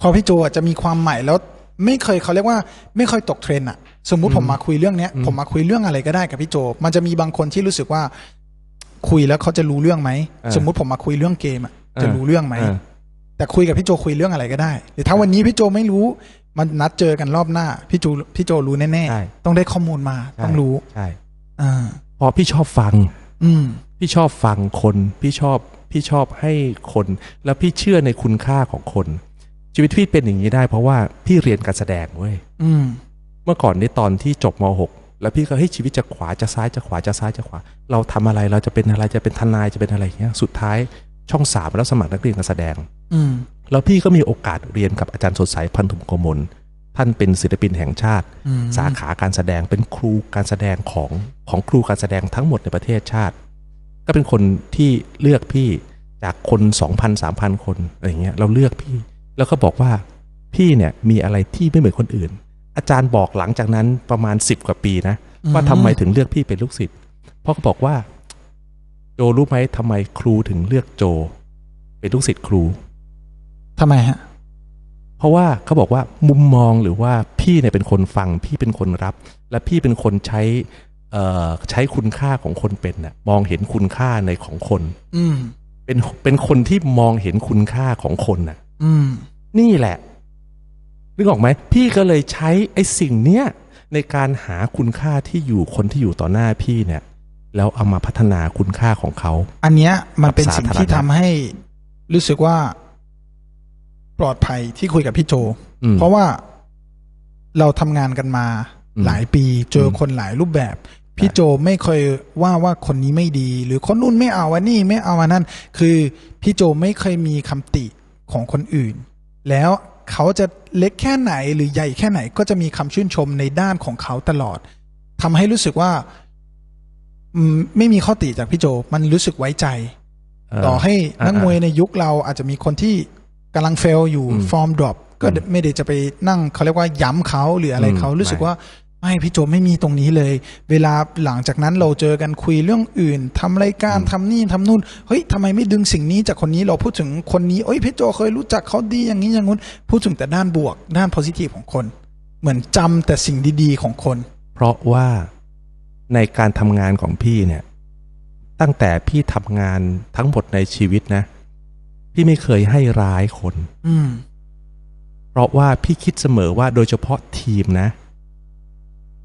Speaker 1: พอพี่โจอ่ะจะมีความใหม่แล้ว ไม่เคยเขาเรียกว่าไม่เคยตกเทรนด์อะสมมุติผมมาคุยเรื่องเนี้ยผมมาคุยเรื่องอะไรก็ได้กับพี่โจ มันจะมีบางคนที่รู้สึกว่า คุยแล้วเขาจะรู้เรื่องไหม
Speaker 2: เออ
Speaker 1: สมมุติผมมาคุยเรื่องเกมอะ
Speaker 2: เออ
Speaker 1: จะรู้เรื่องไหม
Speaker 2: อ่า
Speaker 1: แต่คุยกับพี่โจคุยเรื่องอะไรก็ได้ หรือถ้าวันนี้พี่โจไม่รู้ มันนัดเจอกันรอบหน้า พี่โจพี่โจรู้แน่
Speaker 2: ใช่
Speaker 1: ๆต้องได้ข้อมูลมาต้องรู้
Speaker 2: ใช่
Speaker 1: อ่า
Speaker 2: เพอพี่ชอบฟัง
Speaker 1: อืม
Speaker 2: พี่ชอบฟังคนพี่ชอบพี่ชอบให้คน แล้วพี่เชื่อในคุณค่าของคน ชีวิตพี่เป็นอย่างนี้ได้เพราะว่าพี่เรียนการแสดงเว้ย
Speaker 1: อืม
Speaker 2: เมื่อก่อนในตอนที่จบม .6 แล้วพี่ก็เฮ้ยชีวิตจะขวาจะซ้ายจะขวาจะซ้ายจะขวา เราทำอะไรเราจะเป็นอะไรจะเป็นทนายจะเป็นอะไรอย่างเงี้ยสุดท้ายช่องสามแล้วสมัครนักเรียนการแสดง
Speaker 1: อืม
Speaker 2: แล้วพี่ก็มีโอกาสเรียนกับอาจารย์สดใสพันธุมโกมล ท่านเป็นศิลปินแห่งชาติ
Speaker 1: อืม
Speaker 2: สาขาการแสดงเป็นครูการแสดงของของครูการแสดงทั้งหมดในประเทศชาติ ก็เป็นคนที่เลือกพี่จากคน 2,000 3,000 คนอะไรอย่างเงี้ยเราเลือกพี่ แล้วก็บอกว่าพี่เนี่ยมีอะไรที่ไม่เหมือนคนอื่น อาจารย์บอกหลังจากนั้นประมาณ 10 กว่าปีนะ
Speaker 1: อืม
Speaker 2: ว่าทำไมถึงเลือกพี่เป็นลูกศิษย์เพราะเขาบอกว่า โจรู้ไหมทำไมครูถึงเลือกโจ เป็นลูกศิษย์ครู
Speaker 1: ทำไมฮะ
Speaker 2: เพราะว่าเขาบอกว่ามุมมองหรือว่าพี่เนี่ยเป็นคนฟัง พี่เป็นคนรับ และพี่เป็นคนใช้เอ่อใช้คุณค่าของคนเป็นน่ะมองเห็นคุณค่าในของคน
Speaker 1: อืม
Speaker 2: เป็นเป็นคนที่มองเห็นคุณค่าของคนน่ะ
Speaker 1: อืม
Speaker 2: นี่แหละนึกออกไหมพี่ก็เลยใช้ไอ้สิ่งเนี้ยในการหาคุณค่าที่อยู่คนที่อยู่ต่อหน้าพี่เนี่ย แล้วเอามาพัฒนาคุณค่าของเขา
Speaker 1: อันเนี้ยมันเป็นสิ่ง
Speaker 2: กับสาธารณะ
Speaker 1: ที่ทำให้รู้สึกว่า ปลอดภัยที่คุยกับพี่โจ
Speaker 2: อืม
Speaker 1: เพราะว่าเราทำงานกันมา
Speaker 2: อืม
Speaker 1: หลายปี เจอคนหลายรูปแบบ พี่โจไม่เคยว่าว่าคนนี้ไม่ดี หรือคนนู่นไม่เอาอันนี้ไม่เอาอันนั้น คือพี่โจไม่เคยมีคำติของคนอื่น แล้วเขาจะเล็กแค่ไหนหรือใหญ่แค่ไหนก็จะมีคำชื่นชมในด้านของเขาตลอดทำให้รู้สึกว่าอืมไม่มีข้อติจากพี่โจมันรู้สึกไว้ใจ ต่อให้นักมวยในยุคเราอาจจะมีคนที่กำลังเฟลอยู่
Speaker 2: อืม
Speaker 1: ฟอร์มดรอปก็ไม่ได้จะไปนั่งเขาเรียกว่าย้ำเขาหรืออะไรเขา
Speaker 2: อืม
Speaker 1: รู้สึก
Speaker 2: ไม่
Speaker 1: ว่าไม่พี่โจไม่มีตรงนี้เลย เวลาหลังจากนั้นเราเจอกันคุยเรื่องอื่นทำรายการทำนี่ทำนู่นเฮ้ยทำไมไม่ดึงสิ่งนี้จากคนนี้เราพูดถึงคนนี้เอ้ยพี่โจเคยรู้จักเขาดีอย่างนี้อย่างงู้นพูดถึงแต่ด้านบวก ด้าน positive ของคน เหมือนจำแต่สิ่งดีๆของคน
Speaker 2: เพราะว่าในการทำงานของพี่เนี่ย ตั้งแต่พี่ทำงานทั้งหมดในชีวิตนะ พี่ไม่เคยให้ร้ายคน
Speaker 1: อืม
Speaker 2: เพราะว่าพี่คิดเสมอว่าโดยเฉพาะทีมนะ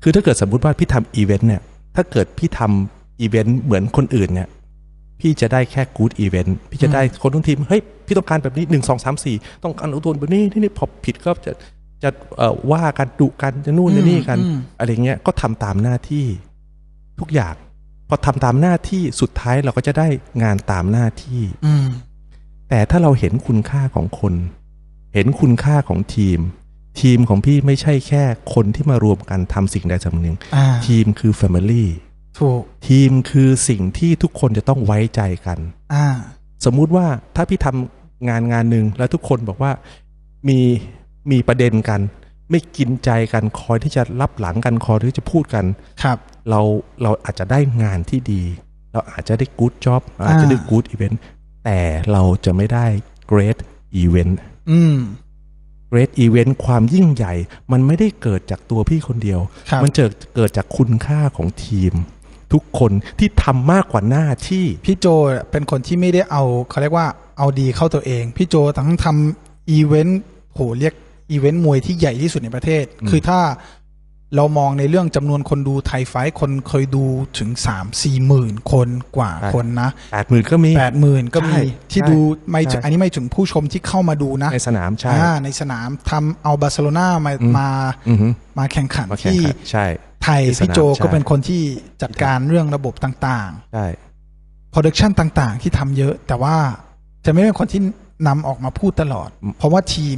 Speaker 2: คือถ้าเกิดสมมุติว่าพี่ทำอีเวนต์เนี่ย ถ้าเกิดพี่ทำอีเวนต์เหมือนคนอื่นเนี่ย พี่จะได้แค่กู๊ดอีเวนต์พี่จะได้คนทั้งทีม เฮ้ย พี่ต้องการแบบนี้หนึ่งสองสามสี่ต้องการอุดมแบบนี้ที่นี่พอผิดก็จะจะเอ่อว่ากันดุกันจะนู่นจะนี่กัน
Speaker 1: อืมอืม
Speaker 2: อะไรเงี้ยก็ทำตามหน้าที่ทุกอย่าง พอทำตามหน้าที่สุดท้ายเราก็จะได้งานตามหน้าที่
Speaker 1: อืม
Speaker 2: แต่ถ้าเราเห็นคุณค่าของคน เห็นคุณค่าของทีม ทีมของพี่ไม่ใช่แค่คนที่มารวมกันทำสิ่งใดสิ่งหนึ่ง
Speaker 1: อ่า
Speaker 2: ทีมคือ Family
Speaker 1: ถูก
Speaker 2: ทีมคือสิ่งที่ทุกคนจะต้องไว้ใจกัน
Speaker 1: อ่า
Speaker 2: สมมุติว่าถ้าพี่ทำงานงานหนึ่งแล้วทุกคนบอกว่ามีมีประเด็นกัน ไม่กินใจกันคอยที่จะรับหลังกันคอยที่จะพูดกัน
Speaker 1: ครับ
Speaker 2: เราเราอาจจะได้งานที่ดี เราอาจจะได้กู๊ดจ็อบอาจจะได้กู๊ดอีเวนต์แต่เราจะไม่ได้เกรดอีเวนต์
Speaker 1: อืม
Speaker 2: เกรดอีเวนต์ความยิ่งใหญ่ มันไม่ได้เกิดจากตัวพี่คนเดียว
Speaker 1: ครับ
Speaker 2: มันเกิดเกิดจากคุณค่าของทีม ทุกคนที่ทำมากกว่าหน้าที่
Speaker 1: พี่โจเป็นคนที่ไม่ได้เอาเขาเรียกว่าเอาดีเข้าตัวเอง พี่โจทั้งทำอีเวนต์โหเรียกอีเวนต์มวยที่ใหญ่ที่สุดในประเทศ คือถ้าเรามองในเรื่องจำนวนคนดูไทยไฟท์คนเคยดูถึงสามสี่หมื่นคนกว่า
Speaker 2: ใช่
Speaker 1: คนนะ
Speaker 2: แปดหมื่นก็มี
Speaker 1: แปดหมื่นก็มี
Speaker 2: ใช่
Speaker 1: ที่
Speaker 2: ใช่
Speaker 1: ดูไม่ถึง
Speaker 2: ใช่
Speaker 1: อันนี้ไม่ถึงผู้ชมที่เข้ามาดูนะ
Speaker 2: ในสนามใช่
Speaker 1: อ่าในสนามทำเอาบาร์เซโลนามามา
Speaker 2: อือฮึ
Speaker 1: มาแข่งขัน
Speaker 2: มาแข่ง
Speaker 1: ที่
Speaker 2: ขันใช่
Speaker 1: ไทย
Speaker 2: ที่สนาม
Speaker 1: พี่โจก็
Speaker 2: ใช่
Speaker 1: เป็นคนที่จัดการเรื่องระบบต่าง ๆ
Speaker 2: ใช่
Speaker 1: โปรดักชันต่างๆ ที่ทำเยอะ แต่ว่าจะไม่เป็นคนที่นำออกมาพูดตลอด เพราะว่าทีม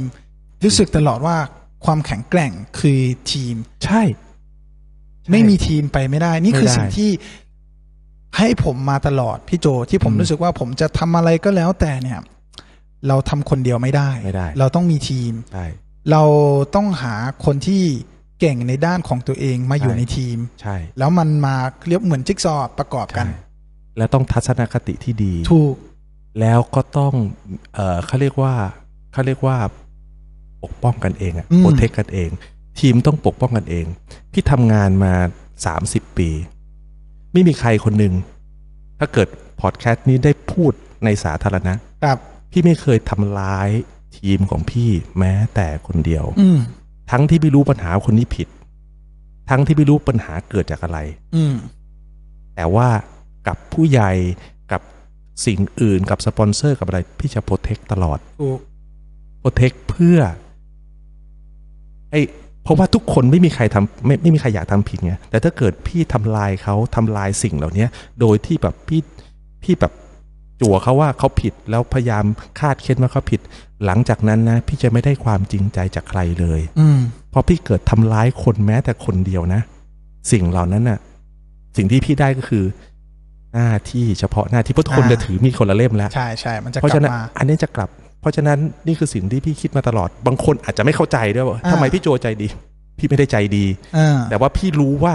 Speaker 1: รู้สึกตลอดว่าความแข็งแกร่งคือทีม
Speaker 2: ใช่
Speaker 1: ไม่มีทีมไปไม่ได้ นี่คือ
Speaker 2: ไม่ได้
Speaker 1: สิ่งที่ให้ผมมาตลอด พี่โจที่ผม
Speaker 2: อืม
Speaker 1: รู้สึกว่าผมจะทำอะไรก็แล้วแต่เนี่ย เราทำคนเดียวไม่ได้
Speaker 2: ไม่ได้
Speaker 1: เราต้องมีทีม
Speaker 2: ใช่
Speaker 1: เราต้องหาคนที่เก่งในด้านของตัวเองมาอยู่
Speaker 2: ใช่
Speaker 1: ในทีม
Speaker 2: ใช่
Speaker 1: แล้วมันมาเรียกเหมือนจิ๊กซอว์ประกอบกัน
Speaker 2: ใช่แล้วต้องทัศนคติที่ดี
Speaker 1: ถูก
Speaker 2: แล้วก็ต้อง เออเขาเรียกว่า เขาเรียกว่า ปกป้องกันเองอะ
Speaker 1: อืม
Speaker 2: โปรเทคกันเอง ทีมต้องปกป้องกันเอง พี่ทำงานมา 30 ปี ไม่มีใครคนหนึ่ง ถ้าเกิดพอดแคสต์นี้ได้พูดในสาธารณะ
Speaker 1: ครับ
Speaker 2: พี่ไม่เคยทำร้ายทีมของพี่แม้แต่คนเดียว
Speaker 1: อืม
Speaker 2: ทั้งที่ไม่รู้ปัญหาคนนี้ผิด ทั้งที่ไม่รู้ปัญหาเกิดจากอะไร
Speaker 1: อืม
Speaker 2: แต่ว่ากับผู้ใหญ่กับสิ่งอื่นกับสปอนเซอร์กับอะไร พี่จะโปรเทคตลอด
Speaker 1: ถูก
Speaker 2: โปรเทคเพื่อไอเพราะว่าทุกคนไม่มีใครทำไม่ไม่มีใครอยากทำผิดไงแต่ถ้าเกิดพี่ทำลายเขาทำลายสิ่งเหล่านี้โดยที่แบบพี่พี่แบบจั่วเขาว่าเขาผิดแล้วพยายามคาดเค้นว่าเขาผิด หลังจากนั้นนะ พี่จะไม่ได้ความจริงใจจากใครเลย
Speaker 1: อืม
Speaker 2: เพราะพี่เกิดทำร้ายคนแม้แต่คนเดียวนะ สิ่งเหล่านั้นน่ะ สิ่งที่พี่ได้ก็คือ หน้าที่เฉพาะหน้าที่เพราะทุกคน
Speaker 1: อ่า
Speaker 2: จะถือมีดคนละเล่มแล้ว
Speaker 1: ใช่ใช่มันจะ
Speaker 2: เพราะ
Speaker 1: กลั
Speaker 2: ฉะ
Speaker 1: บ
Speaker 2: นั้น
Speaker 1: มา
Speaker 2: อันนี้จะกลับ เพราะฉะนั้นนี่คือสิ่งที่พี่คิดมาตลอด บางคนอาจจะไม่เข้าใจด้วยว่า
Speaker 1: อ่า
Speaker 2: ทำไมพี่โจใจดี พี่ไม่ได้ใจดี
Speaker 1: เออ
Speaker 2: แต่ว่าพี่รู้ว่า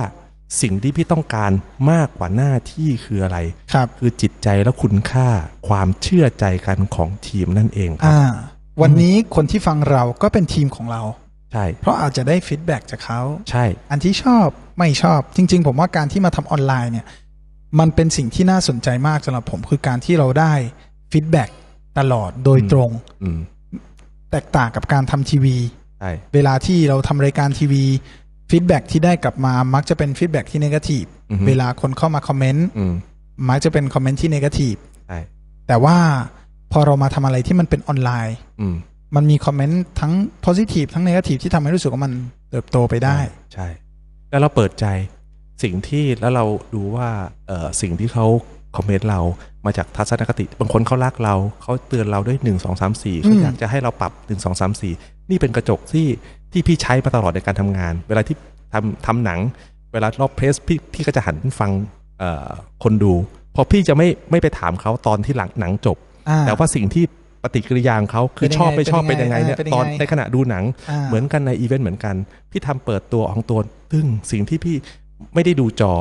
Speaker 2: สิ่งที่พี่ต้องการมากกว่าหน้าที่คืออะไร
Speaker 1: ครับ
Speaker 2: คือจิตใจและคุณค่าความเชื่อใจกันของทีมนั่นเองครับ
Speaker 1: อ่า วันนี้คนที่ฟังเราก็เป็นทีมของเรา
Speaker 2: ใช่
Speaker 1: เพราะอาจจะได้ฟีดแบ็กจากเขา
Speaker 2: ใช่
Speaker 1: อันที่ชอบไม่ชอบ จริง ๆ ผมว่าการที่มาทำออนไลน์เนี่ย มันเป็นสิ่งที่น่าสนใจมากสำหรับผมคือการที่เราได้ฟีดแบ็กตลอดโดยตรง
Speaker 2: อืม
Speaker 1: แตกต่างกับการทำทีวี
Speaker 2: ใช่
Speaker 1: เวลาที่เราทำรายการทีวีฟีดแบ็กที่ได้กลับมามักจะเป็นฟีดแบ็กที่เนกาทีฟ
Speaker 2: อือฮึ
Speaker 1: เวลาคนเข้ามาคอมเมนต์
Speaker 2: อืม
Speaker 1: มักจะเป็นคอมเมนต์ที่เนกาทีฟ
Speaker 2: ใช่
Speaker 1: แต่ว่าพอเรามาทำอะไรที่มันเป็นออนไลน์
Speaker 2: อืม
Speaker 1: มันมีคอมเมนต์ทั้ง positive ทั้ง negative ที่ทำให้รู้สึกว่ามันเติบโตไปได้
Speaker 2: ใช่ แล้วเราเปิดใจสิ่งที่แล้วเราดูว่าเออสิ่งที่เขาคอมเมนต์เรามาจากทัศนคติ บางคนเขารักเราเขาเตือนเราด้วยหนึ่งสองสามสี่เขาอยากจะให้เราปรับหนึ่งสองสามสี่นี่เป็นกระจกที่ที่พี่ใช้มาตลอดในการทำงาน เวลาที่ทำทำหนัง เวลารอบเพรสพี่พี่ก็จะหันฟังเอ่อคนดูเพอพี่จะไม่ไม่ไปถามเขาตอนที่หลังหนังจบ
Speaker 1: อ่า
Speaker 2: แต่ว่าสิ่งที่ปฏิกิริยาของเขาคือ
Speaker 1: เป็นยังไง
Speaker 2: ชอบไม่ชอบเป็นยังไง
Speaker 1: เป็นยังไง
Speaker 2: เนี่ย
Speaker 1: เป็นยังไง
Speaker 2: ตอนในขณะดูหนัง
Speaker 1: อ่า
Speaker 2: เหมือนกันในอีเวนต์เหมือนกัน พี่ทำเปิดตัวของตัวซึ่งสิ่งที่พี่ไม่ได้ดูจอ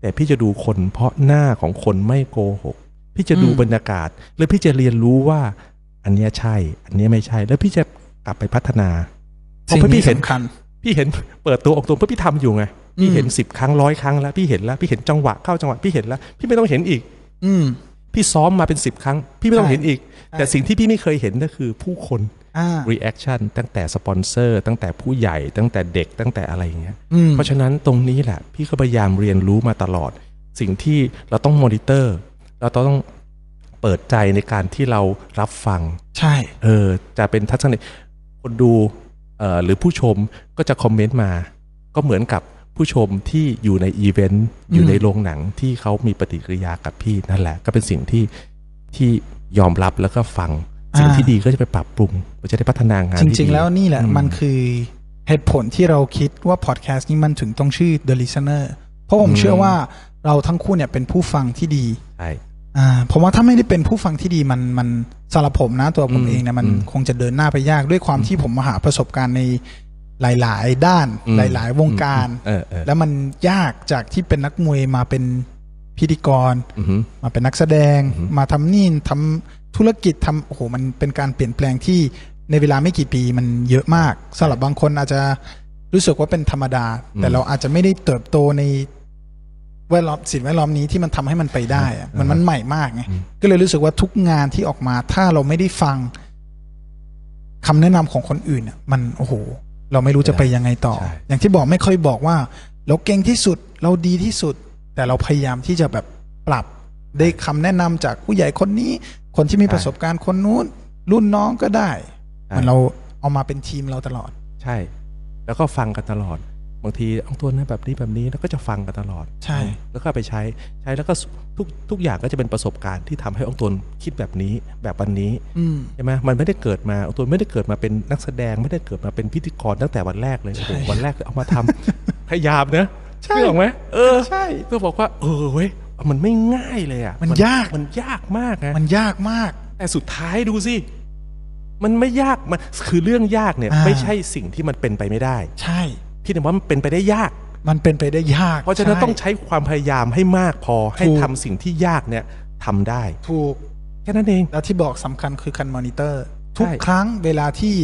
Speaker 2: แต่พี่จะดูคนเพราะหน้าของคนไม่โกหก พี่จะดูบรรยากาศ แล้วพี่จะเรียนรู้ว่า อันเนี้ยใช่ อันเนี้ยไม่ใช่ แล้วพี่จะกลับไปพัฒนาเพ
Speaker 1: สิ่ง
Speaker 2: ราะ
Speaker 1: ที่
Speaker 2: พี่เห็น
Speaker 1: สำคัญ
Speaker 2: พี่เห็นเปิดตัวออกตัวเพราะพี่ทำอยู่ไงพี่เห็นสิบครั้งร้อยครั้งแล้วพี่เห็นแล้วพี่เห็นจังหวะเข้าจังหวะพี่เห็นแล้ว พี่ไม่ต้องเห็นอีก
Speaker 1: อืม
Speaker 2: พี่ซ้อมมาเป็นสิบครั้ง พี่ไม่ต้องเห็นอีก
Speaker 1: ใช่
Speaker 2: แต่สิ่งที่พี่ไม่เคยเห็นก็คือผู้คน
Speaker 1: อ่า
Speaker 2: reaction ตั้งแต่สปอนเซอร์ ตั้งแต่ผู้ใหญ่ตั้งแต่เด็กตั้งแต่อะไรอย่างเงี้ย
Speaker 1: อืม
Speaker 2: เพราะฉะนั้นตรงนี้แหละ พี่ก็พยายามเรียนรู้มาตลอด สิ่งที่เราต้องมอนิเตอร์ เราต้องเปิดใจในการที่เรารับฟัง
Speaker 1: ใช่
Speaker 2: เออจะเป็นทัศนคติคนดูเอ่อหรือผู้ชมก็จะคอมเมนต์มา ก็เหมือนกับผู้ชมที่อยู่ในอีเวนต์
Speaker 1: อืม
Speaker 2: อยู่ในโรงหนังที่เขามีปฏิกิริยากับพี่นั่นแหละ ก็เป็นสิ่งที่ที่ยอมรับแล้วก็ฟัง สิ่งที่ดีก็จะไปปรับปรุงก็จะได้พัฒนางาน
Speaker 1: จ
Speaker 2: ที่ดี
Speaker 1: ริง ๆ แล้วนี่แหละ
Speaker 2: อืม
Speaker 1: มันคือเหตุผลที่เราคิดว่าพอดแคสต์นี้มันถึงต้องชื่อ The Listener เพราะผมเชื่อว่าเราทั้งคู่เนี่ยเป็นผู้ฟังที่ดี
Speaker 2: ใช่
Speaker 1: อ่าผมว่าถ้าไม่ได้เป็นผู้ฟังที่ดีมันมันสำหรับผมนะตัวผม
Speaker 2: อืม
Speaker 1: เองเนะมัน
Speaker 2: อืม
Speaker 1: คงจะเดินหน้าไปยากด้วยความที่ผมมาหาประสบการณ์ในหลาย ๆ ด้าน
Speaker 2: อืม
Speaker 1: หลาย ๆ วงการ
Speaker 2: เออเออ
Speaker 1: แล้วมันยากจากที่เป็นนักมวยมาเป็นพิธีกร
Speaker 2: อือหือ
Speaker 1: มาเป็นนักแสดง
Speaker 2: อือฮึ
Speaker 1: มาทำนี่ทำธุรกิจทำโอ้โหมันเป็นการเปลี่ยนแปลงที่ในเวลาไม่กี่ปีมันเยอะมากสำหรับบางคนอาจจะรู้สึกว่าเป็นธรรมดา แต่เราอาจจะไม่ได้เติบโตในแวดล้อมสิ่งแวดล้อมนี้ที่มันทำให้มันไปได้อะมันมันใหม่มากไงก็เลยรู้สึกว่าทุกงานที่ออกมาถ้าเราไม่ได้ฟังคำแนะนำของคนอื่นอะมันโอ้โห เราไม่รู้จะไปยังไงต่อ
Speaker 2: ใช่
Speaker 1: อย่างที่บอกไม่ค่อยบอกว่า เราเก่งที่สุดเราดีที่สุด แต่เราพยายามที่จะแบบปรับได้คำแนะนำจากผู้ใหญ่คนนี้ คนที่มีประสบการณ์คนนู้น รุ่นน้องก็ได้เหมันเราเอามาเป็นทีมเราตลอด
Speaker 2: ใช่ แล้วก็ฟังกันตลอด บางทีเอาตัวนั้นแบบนี้แบบนี้แล้วก็จะฟังกันตลอด
Speaker 1: ใช่
Speaker 2: แล้วก็เอาไปใช้ใช้แล้วก็ทุกทุกอย่างก็จะเป็นประสบการณ์ที่ทำให้องค์ตนคิดแบบนี้แบบวันนี้
Speaker 1: อืม
Speaker 2: ใช่ไหมมันไม่ได้เกิดมาองค์ตนไม่ได้เกิดมาเป็นนักแสดงไม่ได้เกิดมาเป็นพิธีกรตั้งแต่วันแรกเลยโอ้โหวันแรกเลยเอามาทำ พยายามนะ
Speaker 1: ใช่
Speaker 2: นึกออกไหมเออ
Speaker 1: ใช่
Speaker 2: ก็บอกว่า เออเว้ยมันไม่ง่ายเลยอ่ะ
Speaker 1: มันยาก
Speaker 2: มันยากมากนะ
Speaker 1: มันยากมาก
Speaker 2: แต่สุดท้ายดูสิ มันไม่ยาก มันคือเรื่องยากเนี่ย
Speaker 1: อ่า
Speaker 2: ไม่ใช่สิ่งที่มันเป็นไปไม่ได้
Speaker 1: ใช่
Speaker 2: พี่ถึงว่ามันเป็นไปได้ยาก
Speaker 1: มันเป็นไปได้ยาก
Speaker 2: เพราะฉะนั้น
Speaker 1: ใช่
Speaker 2: ต้องใช้ความพยายามให้มากพอให้
Speaker 1: ถูก
Speaker 2: ทำสิ่งที่ยากเนี่ยทำได้
Speaker 1: ถูก
Speaker 2: แค่นั้นเอง
Speaker 1: แล้วที่บอกสำคัญคือการมอนิเตอร์
Speaker 2: ใช่
Speaker 1: ทุกครั้งเวลาที่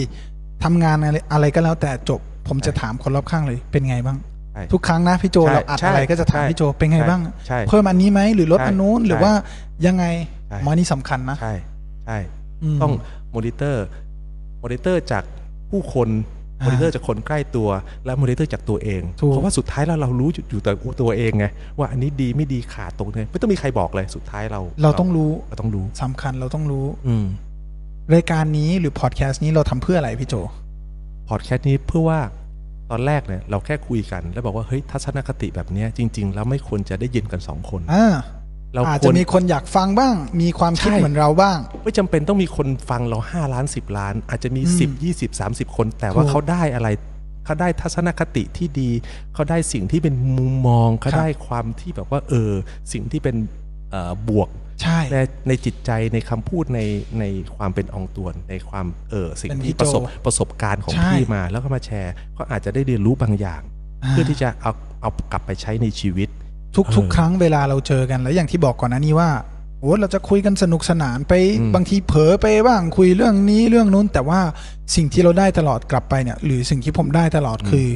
Speaker 1: ทำงานอะไรอะไรก็แล้วแต่จบ ผมจะถามคนรอบข้างเลย เป็นไงบ้าง
Speaker 2: ใช่
Speaker 1: ทุกครั้งนะพี่โจ
Speaker 2: ใช่
Speaker 1: เราอัดอะไร
Speaker 2: ใช่
Speaker 1: ก็จะถาม
Speaker 2: ใช่
Speaker 1: พี่โจเป็นไงบ้าง
Speaker 2: ใช่
Speaker 1: เพิ่มอันนี้ไหมหรือลด
Speaker 2: ใช่
Speaker 1: อันนู้นหรือ
Speaker 2: ใช่
Speaker 1: ว่ายังไง
Speaker 2: ใช่
Speaker 1: มอนี่สำคัญนะ
Speaker 2: ใช่ใช่
Speaker 1: ม
Speaker 2: ต้องมอนิเตอร์ มอนิเตอร์จากผู้คน
Speaker 1: อ่าม
Speaker 2: มอนิเตอร์จากคนใกล้ตัว และมอนิเตอร์จากตัวเอง
Speaker 1: ถูก
Speaker 2: เพราะว่าสุดท้ายแล้วเรารู้อยู่อยู่แต่ตัวเองไง ว่าอันนี้ดีไม่ดีขาดตรงไหนไม่ต้องมีใครบอกเลย สุดท้ายเรา
Speaker 1: เราต้องรู้
Speaker 2: เราต้องรู้
Speaker 1: สำคัญเราต้องรู้
Speaker 2: อืม
Speaker 1: รายการนี้หรือพอดแคสต์นี้เราทำเพื่ออะไรพี่โจ
Speaker 2: พอดแคสต์นี้เพื่อว่าตอนแรกเนี่ยเราแค่คุยกัน แล้วบอกว่าเฮ้ยทัศนคติแบบเนี้ยจริง ๆ แล้วไม่ควรจะได้ยินกันสองคน
Speaker 1: อ่า
Speaker 2: เรา
Speaker 1: อาจ
Speaker 2: ค
Speaker 1: จะ
Speaker 2: วร
Speaker 1: มีคนอยากฟังบ้าง มีความคิด
Speaker 2: ใช่
Speaker 1: เหมือนเราบ้าง
Speaker 2: ไม่จำเป็นต้องมีคนฟังเรา 5 ล้าน 10 ล้าน อาจจะมี
Speaker 1: อืม
Speaker 2: 10 20 30 คน แต่ว่า
Speaker 1: ถูก
Speaker 2: เขาได้อะไร เขาได้ทัศนคติที่ดี เขาได้สิ่งที่เป็นมุมมอง
Speaker 1: ค
Speaker 2: เขา
Speaker 1: รับ
Speaker 2: ได้ความที่แบบว่า เออ สิ่งที่เป็นเอ่อบวก
Speaker 1: ใช่
Speaker 2: ในในจิตใจในคำพูดในในความเป็นอองตวน ในความเออสิ่ง
Speaker 1: เป็นพี่
Speaker 2: ที่ประสบ
Speaker 1: โจ
Speaker 2: ประสบการณ์ของ
Speaker 1: ใช่
Speaker 2: พี่มาแล้วก็มาแชร์ ก็อาจจะได้เรียนรู้บางอย่าง เพื่อที่จะเอาเอากลับไปใช้ในชีวิต
Speaker 1: ทุก
Speaker 2: เอ
Speaker 1: ทุก
Speaker 2: อ
Speaker 1: ครั้งเวลาเราเจอกันแล้วอย่างที่บอกก่อนหน้านี้ว่าโอ้เราจะคุยกันสนุกสนานไป
Speaker 2: อืม
Speaker 1: บางทีเผลอไปบ้างคุยเรื่องนี้เรื่องนู้น แต่ว่าสิ่งที่เราได้ตลอดกลับไปเนี่ย หรือสิ่งที่ผมได้ตลอดคือ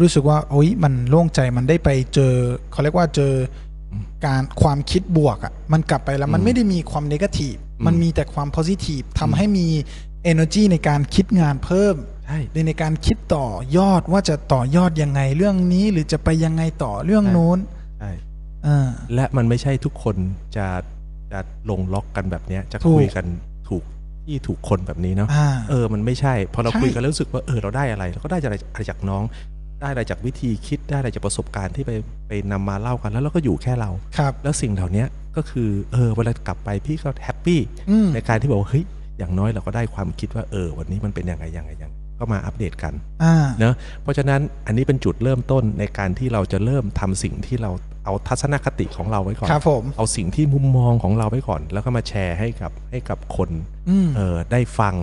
Speaker 1: รู้สึกว่าโอ้ยมันโล่งใจมันได้ไปเจอเขาเรียกว่าเจออการความคิดบวกอะ่ะมันกลับไปแล้วมันไม่ได้มีความเนกาทีฟมันมีแต่ความโพซิทีฟทำให้มี energy ในการคิดงานเพิ่ม
Speaker 2: ใช่
Speaker 1: ในในการคิดต่อยอดว่าจะต่อยอดยังไงเรื่องนี้หรือจะไปยังไงต่อเรื่อง
Speaker 2: ใช่
Speaker 1: นู้น
Speaker 2: ใช่
Speaker 1: เออ
Speaker 2: และมันไม่ใช่ทุกคนจะจะลงล็อกกันแบบเนี้ย จะ
Speaker 1: ถูก
Speaker 2: คุยกันถูกที่ถูกคนแบบนี้เนาะ
Speaker 1: อ่า
Speaker 2: เออ มันไม่ใช่ พอเรา
Speaker 1: ใช่
Speaker 2: คุยกันแล้วรู้สึกว่าเออเราได้อะไรเราก็ได้อะไรอะไรจากน้อง ได้อะไรจากวิธีคิดได้อะไรจากประสบการณ์ที่ไปไปนำมาเล่ากันแล้วเราก็อยู่แค่เรา
Speaker 1: ครับ
Speaker 2: แล้วสิ่งเหล่าเนี้ยก็คือเออเวลากลับไปพี่ก็แฮปปี้
Speaker 1: อืม
Speaker 2: ในการที่บอกว่าเฮ้ยอย่างน้อยเราก็ได้ความคิดว่าเออ วันนี้มันเป็นยังไงยังไงยังไงก็มาอัปเดตกัน
Speaker 1: อ่า
Speaker 2: เนอะเพราะฉะนั้นอันนี้เป็นจุดเริ่มต้นในการที่เราจะเริ่มทำสิ่งที่เราเอาทัศนคติของเราไว้ก่อน
Speaker 1: ครับผม
Speaker 2: เอาสิ่งที่มุมมองของเราไว้ก่อน แล้วก็มาแชร์ให้กับให้กับคน
Speaker 1: อืม
Speaker 2: เออได้ฟัง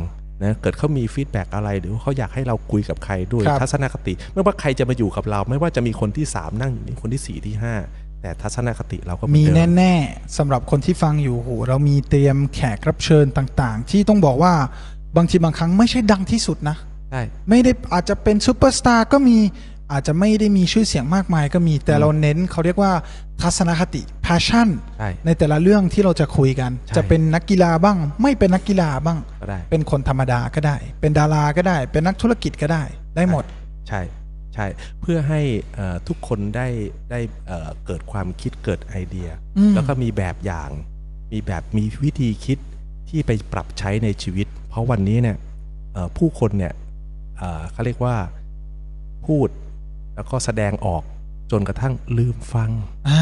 Speaker 2: นะเกิดเขามีฟีดแบ็กอะไร หรือว่าเขาอยากให้เราคุยกับใครด้วย
Speaker 1: ครับ
Speaker 2: ทัศนคติ ไม่ว่าใครจะมาอยู่กับเรา ไม่ว่าจะมีคนที่ 3 นั่งอยู่นี่คนที่ 4 ที่ 5 แต่ทัศนคติเราก็เหมือ
Speaker 1: มี
Speaker 2: นเดิม
Speaker 1: แน่ๆสำหรับคนที่ฟังอยู่โหเรามีเตรียมแขกรับเชิญต่างๆ ที่ต้องบอกว่าบางทีบางครั้งไม่ใช่ดังที่สุดนะ
Speaker 2: ใช่
Speaker 1: ไม่ได้อาจจะเป็นซูเปอร์สตาร์ก็มีอาจจะไม่ได้มีชื่อเสียงมากมายก็มีแต่เราเน้นเขาเรียกว่าทัศนคติ passion
Speaker 2: ใช่
Speaker 1: ในแต่ละเรื่องที่เราจะคุยกัน
Speaker 2: ใช่
Speaker 1: จะเป็นนักกีฬาบ้าง ไม่เป็นนักกีฬาบ้าง
Speaker 2: ก็ได้
Speaker 1: เป็นคนธรรมดาก็ได้ เป็นดาราก็ได้ เป็นนักธุรกิจก็ได้ ได้หมด
Speaker 2: ใช่ใช่เพื่อให้เอ่อทุกคนได้ได้เอ่อเกิดความคิดเกิดไอเดีย
Speaker 1: อืม
Speaker 2: แล้วก็มีแบบอย่าง มีแบบมีวิธีคิดที่ไปปรับใช้ในชีวิต เพราะวันนี้เนี่ยเอ่อผู้คนเนี่ยเอ่อเขาเรียกว่าพูดแล้วก็แสดงออกจนกระทั่งลืมฟัง
Speaker 1: อ่า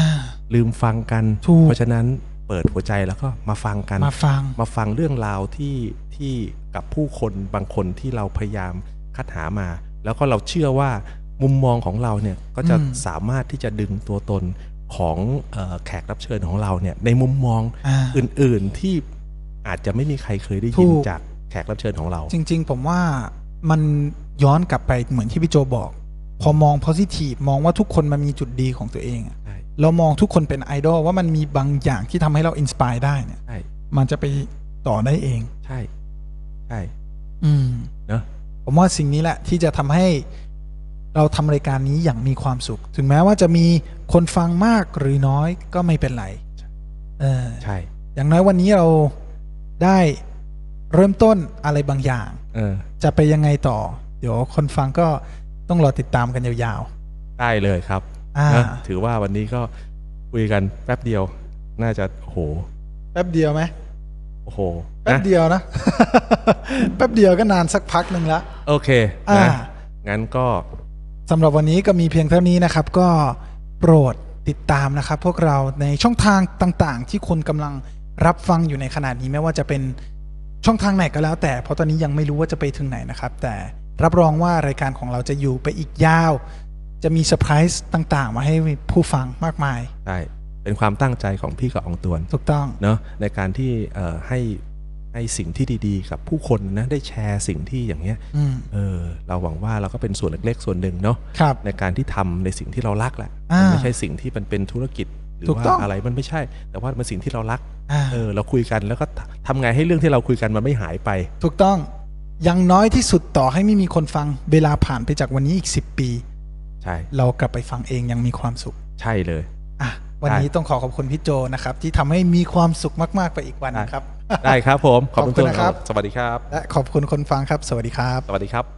Speaker 2: ลืมฟังกัน
Speaker 1: ถูก
Speaker 2: เพราะฉะนั้นเปิดหัวใจแล้วก็มาฟังกัน
Speaker 1: มาฟัง
Speaker 2: มาฟังเรื่องราวที่ที่กับผู้คนบางคนที่เราพยายามคัดหามา แล้วก็เราเชื่อว่ามุมมองของเราเนี่ยก็จะ
Speaker 1: อืม
Speaker 2: สามารถที่จะดึงตัวตนของเออแขกรับเชิญของเราเนี่ยในมุมมอง
Speaker 1: อ่า
Speaker 2: อื่นๆที่อาจจะไม่มีใครเคยได้ยิน
Speaker 1: ถูก
Speaker 2: จากแขกรับเชิญของเรา
Speaker 1: จริง ๆ ผมว่ามันย้อนกลับไปเหมือนที่พี่โจบอก พอมอง positive มองว่าทุกคนมันมีจุดดีของตัวเองอะ
Speaker 2: ใช่
Speaker 1: เรามองทุกคนเป็นไอดอลว่ามันมีบางอย่างที่ทำให้เราอินสปายได้เนี่ย
Speaker 2: ใช่
Speaker 1: มันจะไปต่อได้เอง
Speaker 2: ใช่ใช่
Speaker 1: อืม
Speaker 2: เนอะ
Speaker 1: ผมว่าสิ่งนี้แหละที่จะทำให้เราทำรายการนี้อย่างมีความสุข ถึงแม้ว่าจะมีคนฟังมากหรือน้อยก็ไม่เป็นไรเออ
Speaker 2: ใช่
Speaker 1: อย่างน้อยวันนี้เราได้เริ่มต้นอะไรบางอย่าง
Speaker 2: เออ
Speaker 1: จะไปยังไงต่อ เดี๋ยวคนฟังก็ต้องรอติดตามกันยาว
Speaker 2: ได้เลยครับ
Speaker 1: อ่า
Speaker 2: เนอะถือว่าวันนี้ก็คุยกันแป๊บเดียว น่าจะโอ้โห
Speaker 1: ๆ แป๊บเดียวไหม
Speaker 2: โอ้โห
Speaker 1: แป๊บ
Speaker 2: นะ
Speaker 1: เดียวนะ แป๊บเดียวก็นานสักพักหนึ่งละ
Speaker 2: โอเค
Speaker 1: อ่า
Speaker 2: นะงั้นก็
Speaker 1: สำหรับวันนี้ก็มีเพียงเท่านี้นะครับ ก็โปรดติดตามนะครับ พวกเราในช่องทางต่างๆ ที่คุณกำลังรับฟังอยู่ในขณะนี้ไม่ว่าจะเป็นช่องทางไหนก็แล้ว แต่เพราะตอนนี้ยังไม่รู้ว่าจะไปถึงไหนนะครับ แต่รับรองว่ารายการของเราจะอยู่ไปอีกยาว จะมีเซอร์ไพรส์ต่างๆ มาให้ผู้ฟังมากมาย
Speaker 2: ได้ เป็นความตั้งใจของพี่กับอองตวน
Speaker 1: ถูกต้อง
Speaker 2: เนอะในการที่เอ่อให้ให้สิ่งที่ดีๆ กับผู้คนนะได้แชร์สิ่งที่อย่างเงี้ย
Speaker 1: อืม
Speaker 2: เออเราหวังว่าเราก็เป็นส่วนเล็กๆ ส่วนหนึ่งเนาะ
Speaker 1: ครับ
Speaker 2: ในการที่ทำในสิ่งที่เรารักแหละ
Speaker 1: อ่ามั
Speaker 2: ไม่ใช่สิ่งที่มันเป็นธุรกิจหรือ
Speaker 1: ถูก
Speaker 2: ว่า
Speaker 1: ต้อง
Speaker 2: อะไรมันไม่ใช่ แต่ว่ามันสิ่งที่เรารัก
Speaker 1: อ่า
Speaker 2: เออเราคุยกันแล้วก็ทำไงให้เรื่องที่เราคุยกันมันไม่หายไป
Speaker 1: ถูกต้อง ยังน้อยที่สุดต่อให้ไม่มีคนฟัง เวลาผ่านไปจากวันนี้อีก 10 ปี
Speaker 2: ใช่
Speaker 1: เรากลับไปฟังเองยังมีความสุข
Speaker 2: ใช่เลย
Speaker 1: อ่ะ วันนี้ต้องขอขอบคุณพี่โจนะครับ ที่ทำให้มีความสุขมากๆไปอีกวันนะครับ
Speaker 2: ได้ครับผม ขอบคุ
Speaker 1: ขอ
Speaker 2: ณ
Speaker 1: บคุณนะครับ
Speaker 2: สวัสดีครับ
Speaker 1: และขอบคุณคนฟังครับ สวัสดีครับ
Speaker 2: สวัสดีครับ